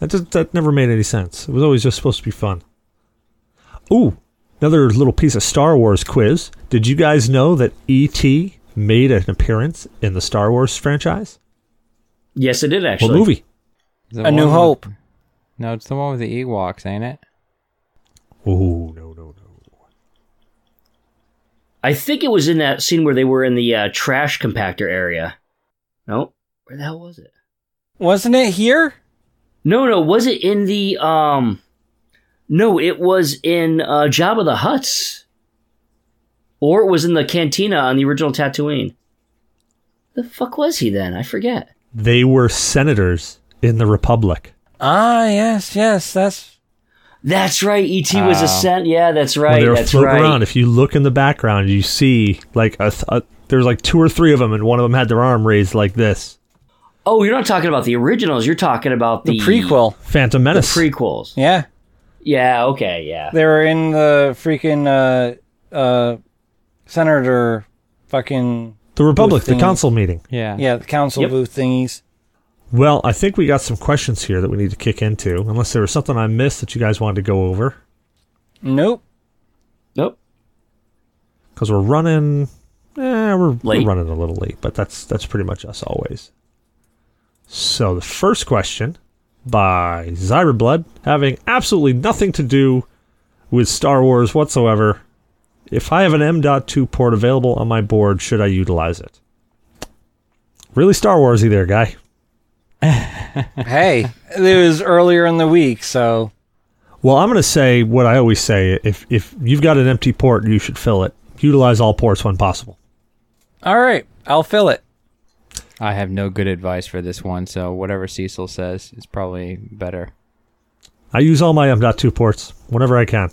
[SPEAKER 1] That just, that never made any sense. It was always just supposed to be fun. Ooh, another little piece of Star Wars quiz. Did you guys know that E.T. made an appearance in the Star Wars franchise?
[SPEAKER 4] Yes, it did actually.
[SPEAKER 1] What movie?
[SPEAKER 3] The
[SPEAKER 2] A New
[SPEAKER 3] one-
[SPEAKER 2] Hope.
[SPEAKER 3] No, it's the one with the Ewoks, ain't it?
[SPEAKER 1] Oh no no no.
[SPEAKER 4] I think it was in that scene where they were in the uh, trash compactor area. No, where the hell was it?
[SPEAKER 2] Wasn't it here?
[SPEAKER 4] No, no, was it in the um? No, it was in uh, Jabba the Hutt's, or it was in the cantina on the original Tatooine. The fuck was he then? I forget.
[SPEAKER 1] They were senators in the Republic.
[SPEAKER 2] Ah, yes, yes. That's
[SPEAKER 4] That's right. ET was
[SPEAKER 3] Oh.
[SPEAKER 4] a scent. Yeah, that's right.
[SPEAKER 1] when Ah. they were
[SPEAKER 4] that's
[SPEAKER 1] floating
[SPEAKER 4] right.
[SPEAKER 1] around. If you look in the background, you see like a, th- a there's like two or three of them, and one of them had their arm raised like this.
[SPEAKER 4] Oh, you're not talking about the originals. You're talking about the,
[SPEAKER 2] the prequel.
[SPEAKER 1] Phantom
[SPEAKER 4] the
[SPEAKER 1] Menace.
[SPEAKER 4] prequels.
[SPEAKER 2] Yeah.
[SPEAKER 4] Yeah. Okay. Yeah.
[SPEAKER 2] They were in the freaking uh uh senator fucking
[SPEAKER 1] the Republic, the
[SPEAKER 4] Mm.
[SPEAKER 2] Thing.
[SPEAKER 1] council meeting.
[SPEAKER 3] Yeah.
[SPEAKER 2] yeah, the council
[SPEAKER 4] Yep.
[SPEAKER 2] booth thingies.
[SPEAKER 1] Well, I think we got some questions here that we need to kick into, unless there was something I missed that you guys wanted to go over,
[SPEAKER 2] Nope.
[SPEAKER 4] Nope.
[SPEAKER 1] because we're running. Eh, we're, we're
[SPEAKER 4] Late.
[SPEAKER 1] running a little late, but that's that's pretty much us always. So the first question by Zyberblood, having absolutely nothing to do with Star Wars whatsoever. If I have an M.2 port available on my board, should I utilize it? Really Star Warsy there, guy.
[SPEAKER 2] hey, it was earlier in the week, so
[SPEAKER 1] Well, I'm going to say what I always say. If if you've got an empty port, you should fill it. Utilize all ports when possible.
[SPEAKER 2] all right, I'll fill it.
[SPEAKER 3] I have no good advice for this one, so whatever Cecil says is probably better.
[SPEAKER 1] I use all my M.2 ports whenever I can.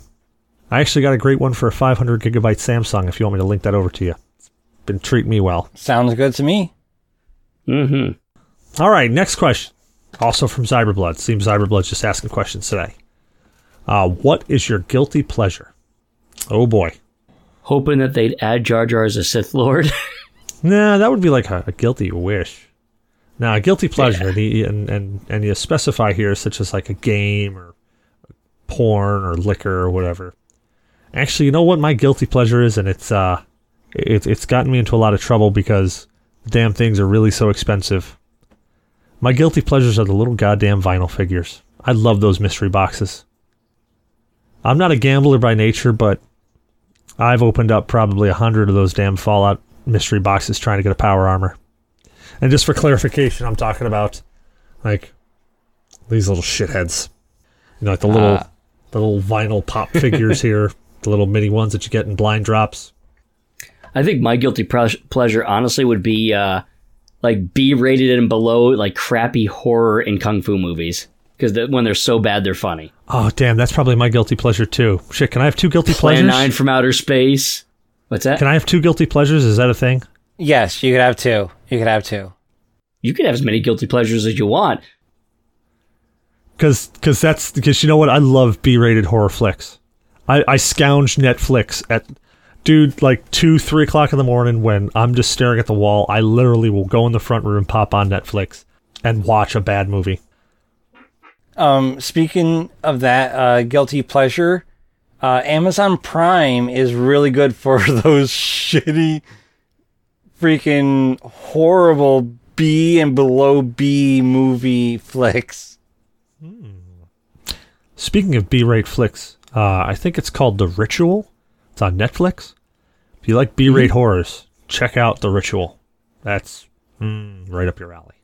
[SPEAKER 1] I actually got a great one for a 500 gigabyte Samsung if you want me to link that over to you. It's been treating me well.
[SPEAKER 2] Sounds good to me.
[SPEAKER 4] Mm-hmm.
[SPEAKER 1] All right, next question. Also from Cyberblood. Seems Cyberblood's just asking questions today. Uh, what is your guilty pleasure? Oh boy.
[SPEAKER 4] Hoping that they'd add Jar Jar as a Sith Lord.
[SPEAKER 1] Nah, that would be like a, a guilty wish. Now, a guilty pleasure, and, you, and, and, and you specify here, such as like a game or porn or liquor or whatever. Actually, you know what my guilty pleasure is, and it's uh, it, it's gotten me into a lot of trouble because damn things are really so expensive. My guilty pleasures are the little goddamn vinyl figures. I love those mystery boxes. I'm not a gambler by nature, but I've opened up probably a hundred of those damn Fallout mystery boxes trying to get a power armor. And just for clarification, I'm talking about like these little shitheads. You know, like the little
[SPEAKER 4] Uh.
[SPEAKER 3] Ah.
[SPEAKER 1] the little vinyl pop figures here, the little mini ones that you get in blind drops.
[SPEAKER 4] I think my guilty pres- pleasure, honestly, would be uh, like B-rated and below, like crappy horror and kung fu movies. Because when they're so bad, they're funny.
[SPEAKER 1] Oh damn, that's probably my guilty pleasure too. Shit, can I have two guilty
[SPEAKER 4] Plan
[SPEAKER 1] pleasures?
[SPEAKER 4] Nine from Outer Space. What's that?
[SPEAKER 1] Can I have two guilty pleasures? Is that a thing?
[SPEAKER 2] Yes, you could have two. You could have two.
[SPEAKER 4] you can have as many guilty pleasures as you want.
[SPEAKER 1] Because cause that's because you know what I love B-rated horror flicks. I I scourge Netflix at dude like two three o'clock in the morning when I'm just staring at the wall. I literally will go in the front room, pop on Netflix, and watch a bad movie.
[SPEAKER 2] Um, speaking of that, uh, guilty pleasure, uh, Amazon Prime is really good for those shitty, freaking horrible B and below B movie flicks.
[SPEAKER 1] Speaking of B-rate flicks, uh, I think it's called The Ritual. It's on Netflix. If you like B-rate horrors, check out The Ritual. That's mm, right up your alley.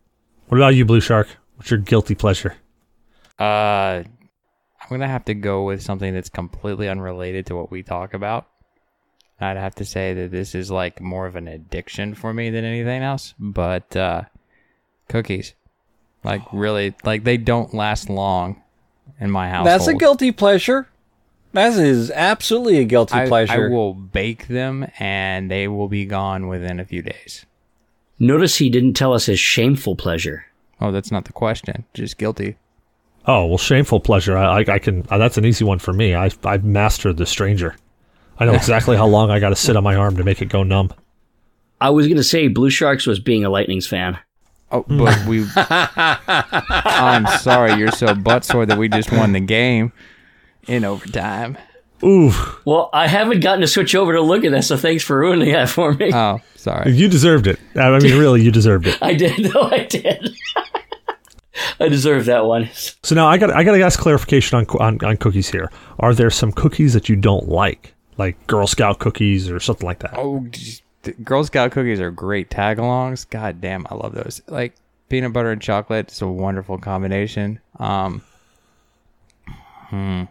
[SPEAKER 1] What about you, Blue Shark? What's your guilty pleasure?
[SPEAKER 3] Uh, I'm gonna have to go with something that's completely unrelated to what we talk about. I'd have to say that this is like more of an addiction for me than anything else. But uh, cookies, like really, like they don't last long in my house.
[SPEAKER 2] That's a guilty pleasure. That is absolutely a guilty
[SPEAKER 3] I,
[SPEAKER 2] pleasure.
[SPEAKER 3] I will bake them and they will be gone within a few days.
[SPEAKER 4] Notice he didn't tell us his shameful pleasure.
[SPEAKER 3] Oh, that's not the question. Just guilty.
[SPEAKER 1] Oh well, shameful pleasure. I, I, I can. Uh, that's an easy one for me. I I've mastered the stranger. I know exactly how long I got to sit on my arm to make it go numb.
[SPEAKER 4] I was gonna say Blue Sharks was being a Lightning's fan.
[SPEAKER 3] Oh, but we. I'm sorry, you're so butt sore that we just won the game in overtime.
[SPEAKER 1] Ooh,
[SPEAKER 4] Well, I haven't gotten to switch over to look at that, so thanks for ruining that for me.
[SPEAKER 1] Uh,
[SPEAKER 3] Oh, sorry.
[SPEAKER 1] you deserved it. I mean, really, you deserved it.
[SPEAKER 4] I did, though. I did. I deserve that one.
[SPEAKER 1] So now I got I got to ask clarification on, coo- on on cookies here. Are there some cookies that you don't like, like Girl Scout cookies or something like that?
[SPEAKER 3] Oh, geez. The Girl Scout cookies are great tagalongs. God damn, I love those. Like peanut butter and chocolate is a wonderful combination. Um,
[SPEAKER 4] I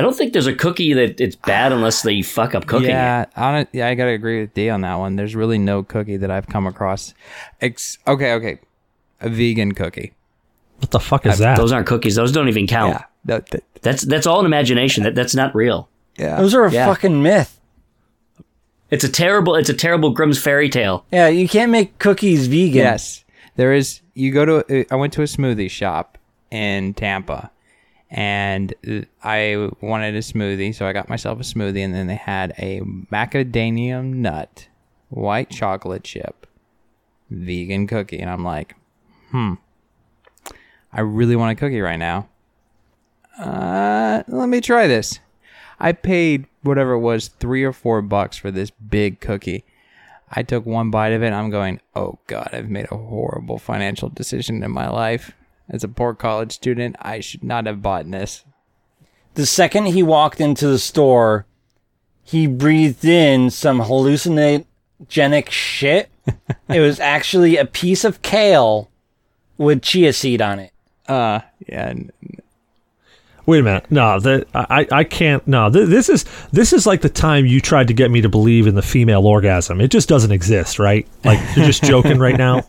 [SPEAKER 4] don't think there's a cookie that it's bad unless they fuck up cooking it.
[SPEAKER 3] yeah, hon- yeah, I gotta agree with D on that one. There's really no cookie that I've come across. Ex- okay, okay, a vegan cookie.
[SPEAKER 1] What the fuck is that?
[SPEAKER 4] Those aren't cookies. Those don't even count.
[SPEAKER 3] Yeah, that, that-
[SPEAKER 4] That's that's all an imagination. That that's not real.
[SPEAKER 3] yeah.
[SPEAKER 2] Those are a
[SPEAKER 4] Yeah.
[SPEAKER 2] fucking myth.
[SPEAKER 4] It's a terrible. It's a terrible Grimm's fairy tale.
[SPEAKER 2] Yeah, you can't make cookies vegan.
[SPEAKER 3] Yes, there is. You go to. uh, I went to a smoothie shop in Tampa, and uh, I wanted a smoothie, so I got myself a smoothie, and then they had a macadamia nut white chocolate chip vegan cookie, and I'm like, hmm, I really want a cookie right now. Uh, let me try this. I paid whatever it was, three or four bucks for this big cookie. I took one bite of it. I'm going, oh God, I've made a horrible financial decision in my life. As a poor college student, I should not have bought this.
[SPEAKER 2] the second he walked into the store, he breathed in some hallucinogenic shit. it was actually a piece of kale with chia seed on it.
[SPEAKER 3] Uh, yeah, n-
[SPEAKER 1] Wait a minute. No, the, I I can't. No, th- this is this is like the time you tried to get me to believe in the female orgasm. It just doesn't exist, right? Like you're just joking right now.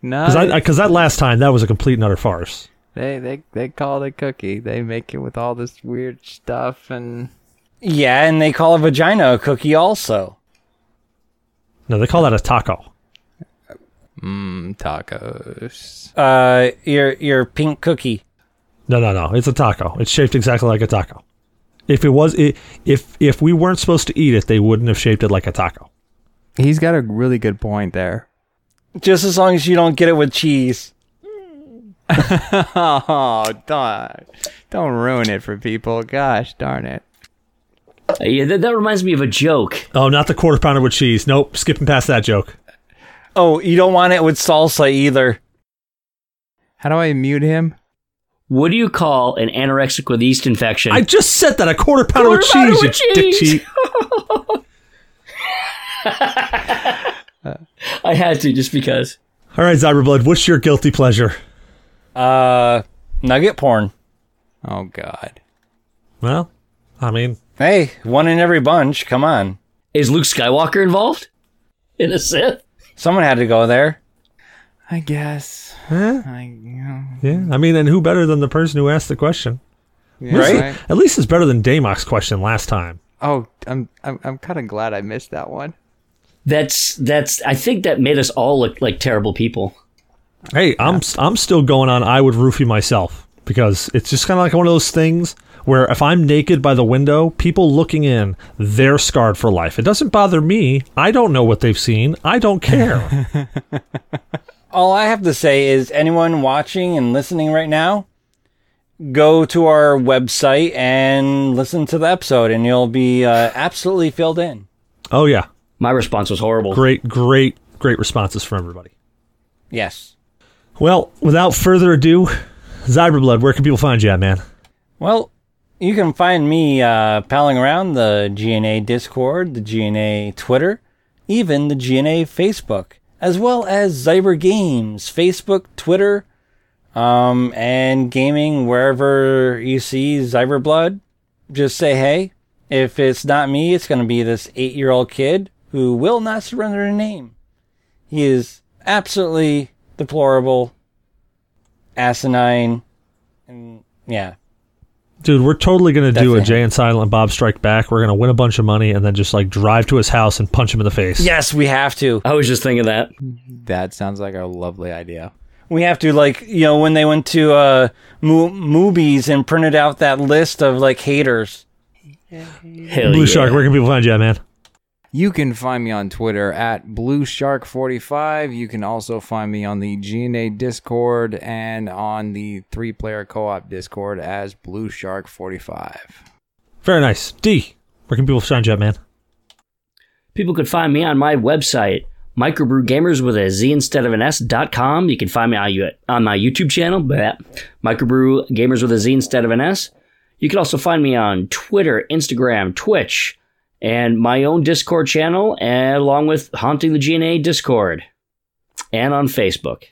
[SPEAKER 3] no,
[SPEAKER 1] Because because that last time that was a complete and utter farce.
[SPEAKER 3] they they they call it a cookie. They make it with all this weird stuff, and
[SPEAKER 2] Yeah, and they call a vagina a cookie also.
[SPEAKER 1] No, they call that a taco.
[SPEAKER 3] mm, tacos.
[SPEAKER 2] Uh your your pink cookie.
[SPEAKER 1] No, no, no. It's a taco. It's shaped exactly like a taco. If it was, i if if we weren't supposed to eat it, they wouldn't have shaped it like a taco.
[SPEAKER 3] He's got a really good point there.
[SPEAKER 2] Just as long as you don't get it with cheese.
[SPEAKER 3] Oh, don't, don't ruin it for people. Gosh darn it.
[SPEAKER 4] Uh, yeah, that, that reminds me of a joke.
[SPEAKER 1] Oh, not the quarter pounder with cheese. Nope, skipping past that joke.
[SPEAKER 2] Oh, you don't want it with salsa either.
[SPEAKER 3] How do I mute him?
[SPEAKER 4] What do you call an anorexic with yeast infection?
[SPEAKER 1] I just said that a quarter pounder with
[SPEAKER 4] Quarter pounder
[SPEAKER 1] cheese,
[SPEAKER 4] with
[SPEAKER 1] you dick
[SPEAKER 4] cheese.
[SPEAKER 1] cheat.
[SPEAKER 4] I had to just because.
[SPEAKER 1] All right, Cyberblood, what's your guilty pleasure?
[SPEAKER 2] Uh, nugget porn.
[SPEAKER 3] Oh God.
[SPEAKER 1] Well, I mean,
[SPEAKER 2] Hey, one in every bunch. Come on.
[SPEAKER 4] Is Luke Skywalker involved in a Sith?
[SPEAKER 2] Someone had to go there.
[SPEAKER 3] I guess.
[SPEAKER 1] eh,
[SPEAKER 3] I, you know,
[SPEAKER 1] yeah. I mean, and who better than the person who asked the question?
[SPEAKER 3] yeah,
[SPEAKER 2] Right?
[SPEAKER 1] At least it's better than Damock's question last time.
[SPEAKER 3] Oh, I'm I'm, I'm kind of glad I missed that one.
[SPEAKER 4] That's that's. I think that made us all look like terrible people.
[SPEAKER 1] Hey, I'm I'm still going on. I would roofie myself because it's just kind of like one of those things where if I'm naked by the window, people looking in, they're scarred for life. It doesn't bother me. I don't know what they've seen. I don't care.
[SPEAKER 2] All I have to say is anyone watching and listening right now, go to our website and listen to the episode, and you'll be uh, absolutely filled in.
[SPEAKER 1] oh yeah,
[SPEAKER 4] My response was horrible.
[SPEAKER 1] great, great, great responses from everybody.
[SPEAKER 2] Yes.
[SPEAKER 1] Well, without further ado, Zyberblood, where can people find you at, man?
[SPEAKER 2] Well, you can find me uh, palling around the GNA Discord, the GNA Twitter, even the GNA Facebook, as well as Zyber Games, Facebook, Twitter, um, and gaming wherever you see Zyberblood. Just say hey. If it's not me, it's going to be this eight year old kid who will not surrender a name. He is absolutely deplorable, asinine, and yeah.
[SPEAKER 1] Dude, we're totally gonna do a
[SPEAKER 2] Definitely.
[SPEAKER 1] Jay and Silent Bob Strike Back. We're gonna win a bunch of money and then just like drive to his house and punch him in the face.
[SPEAKER 2] Yes, we have to.
[SPEAKER 4] I was just thinking that.
[SPEAKER 3] That sounds like a lovely idea.
[SPEAKER 2] We have to, like, you know, when they went to uh, mo- movies and printed out that list of, like, haters.
[SPEAKER 4] Hell
[SPEAKER 1] Blue
[SPEAKER 4] yeah.
[SPEAKER 1] Shark, where can people find you at, man?
[SPEAKER 3] You can find me on Twitter at BlueShark45. You can also find me on the GNA Discord and on the three player co op Discord as BlueShark45.
[SPEAKER 1] Very nice. D, where can people find you at, man?
[SPEAKER 4] People could find me on my website, microbrewgamers with a Z instead of an S dot com. You can find me on, you- on my YouTube channel, but microbrew gamers with a Z instead of an S. You can also find me on Twitter, Instagram, Twitch, and my own Discord channel, and along with Haunting the GNA Discord, and on Facebook.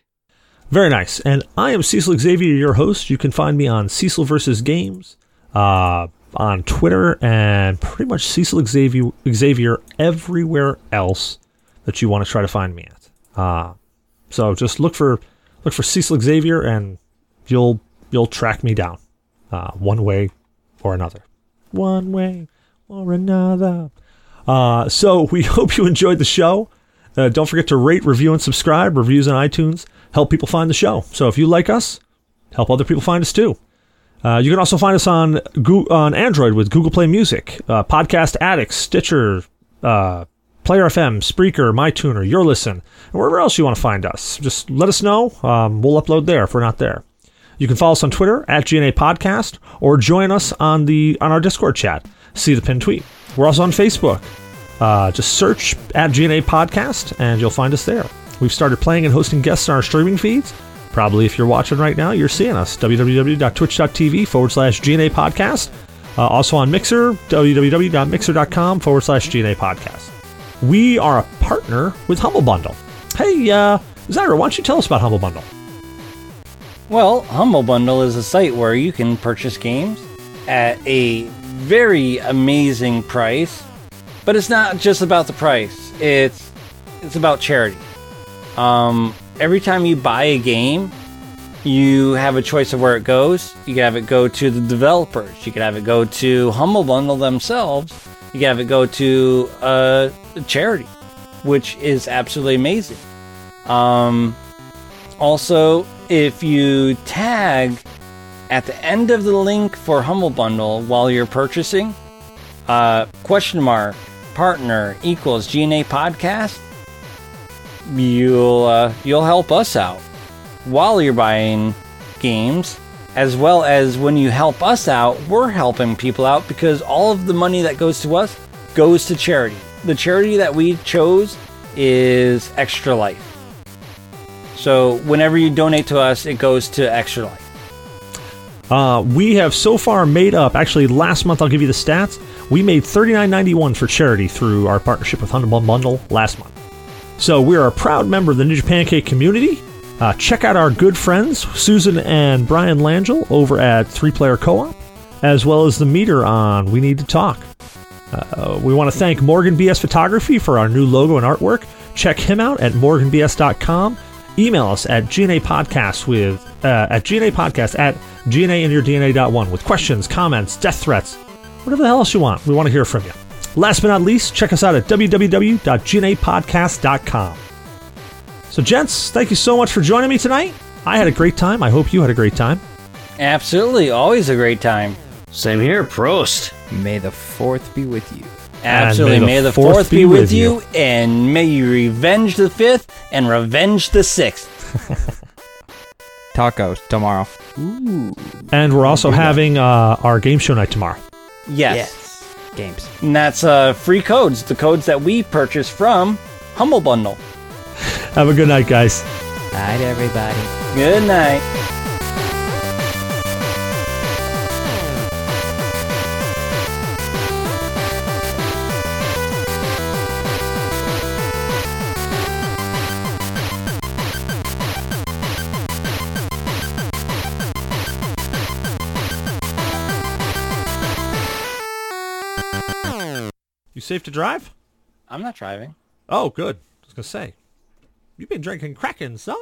[SPEAKER 1] Very nice. And I am Cecil Xavier, your host. You can find me on Cecil versus Games, uh, on Twitter, and pretty much Cecil Xavier, Xavier everywhere else that you want to try to find me at. Uh, so just look for look for Cecil Xavier, and you'll you'll track me down, uh, one way or another. One way or another. Uh, so we hope you enjoyed the show. Uh, don't forget to rate, review, and subscribe. Reviews on iTunes help people find the show. So if you like us, help other people find us too. Uh, you can also find us on Goo on Android with Google Play Music, uh, Podcast Addicts, Stitcher, uh, Player FM, Spreaker, MyTuner, Your Listen, and wherever else you want to find us. Just let us know. Um, we'll upload there if we're not there. You can follow us on Twitter at GNA Podcast or join us on the on our Discord chat. See the pinned tweet. We're also on Facebook. Uh, just search at GNA Podcast and you'll find us there. We've started playing and hosting guests on our streaming feeds. Probably if you're watching right now, you're seeing us. www.twitch.tv forward slash GNA Podcast. Uh, also on Mixer, www.mixer.com forward slash GNA Podcast. We are a partner with Humble Bundle. Hey, uh, Zyra, why don't you tell us about Humble Bundle?
[SPEAKER 2] Well, Humble Bundle is a site where you can purchase games at a very amazing price. But it's not just about the price. It's it's about charity. Um, every time you buy a game, you have a choice of where it goes. You can have it go to the developers. You can have it go to Humble Bundle themselves. You can have it go to uh, a charity, which is absolutely amazing. Um, also, if you tag at the end of the link for Humble Bundle while you're purchasing, uh, question mark partner equals GNA podcast, you'll uh, you'll help us out while you're buying games, as well as when you help us out, we're helping people out because all of the money that goes to us goes to charity. The charity that we chose is Extra Life. So whenever you donate to us, it goes to Extra Life.
[SPEAKER 1] Uh, we have so far made up. Actually, last month I'll give you the stats. We made thirty nine ninety one for charity through our partnership with Hundred Bundle last month. So we are a proud member of the New Japan Cake community. Uh, check out our good friends Susan and Brian Langell over at Three Player Co-op, as well as the meter on We Need to Talk. Uh, we want to thank Morgan BS Photography for our new logo and artwork. Check him out at morganbs.com. Email us at GNA Podcast with uh, at GNA Podcast at GNAinyourdna.1 with questions, comments, death threats, whatever the hell else you want. We want to hear from you. Last but not least, check us out at www.gnapodcast.com. So, gents, thank you so much for joining me tonight. I had a great time. I hope you had a great time.
[SPEAKER 2] Absolutely, always a great time.
[SPEAKER 4] Same here, Prost.
[SPEAKER 3] May the fourth be with you.
[SPEAKER 2] Absolutely. May, the fourth, be, with, you, and may you revenge the fifth and revenge the sixth.
[SPEAKER 3] Tacos tomorrow.
[SPEAKER 1] And we're also having uh, our game show night tomorrow.
[SPEAKER 2] Yes.
[SPEAKER 3] Games.
[SPEAKER 2] And that's uh, free codes, the codes that we purchase from Humble Bundle.
[SPEAKER 1] Have a good night, guys.
[SPEAKER 3] Night, everybody.
[SPEAKER 2] Good night.
[SPEAKER 1] You safe to drive?
[SPEAKER 2] I'm not driving.
[SPEAKER 1] Oh, good. I was going to say, you've been drinking Kraken, son.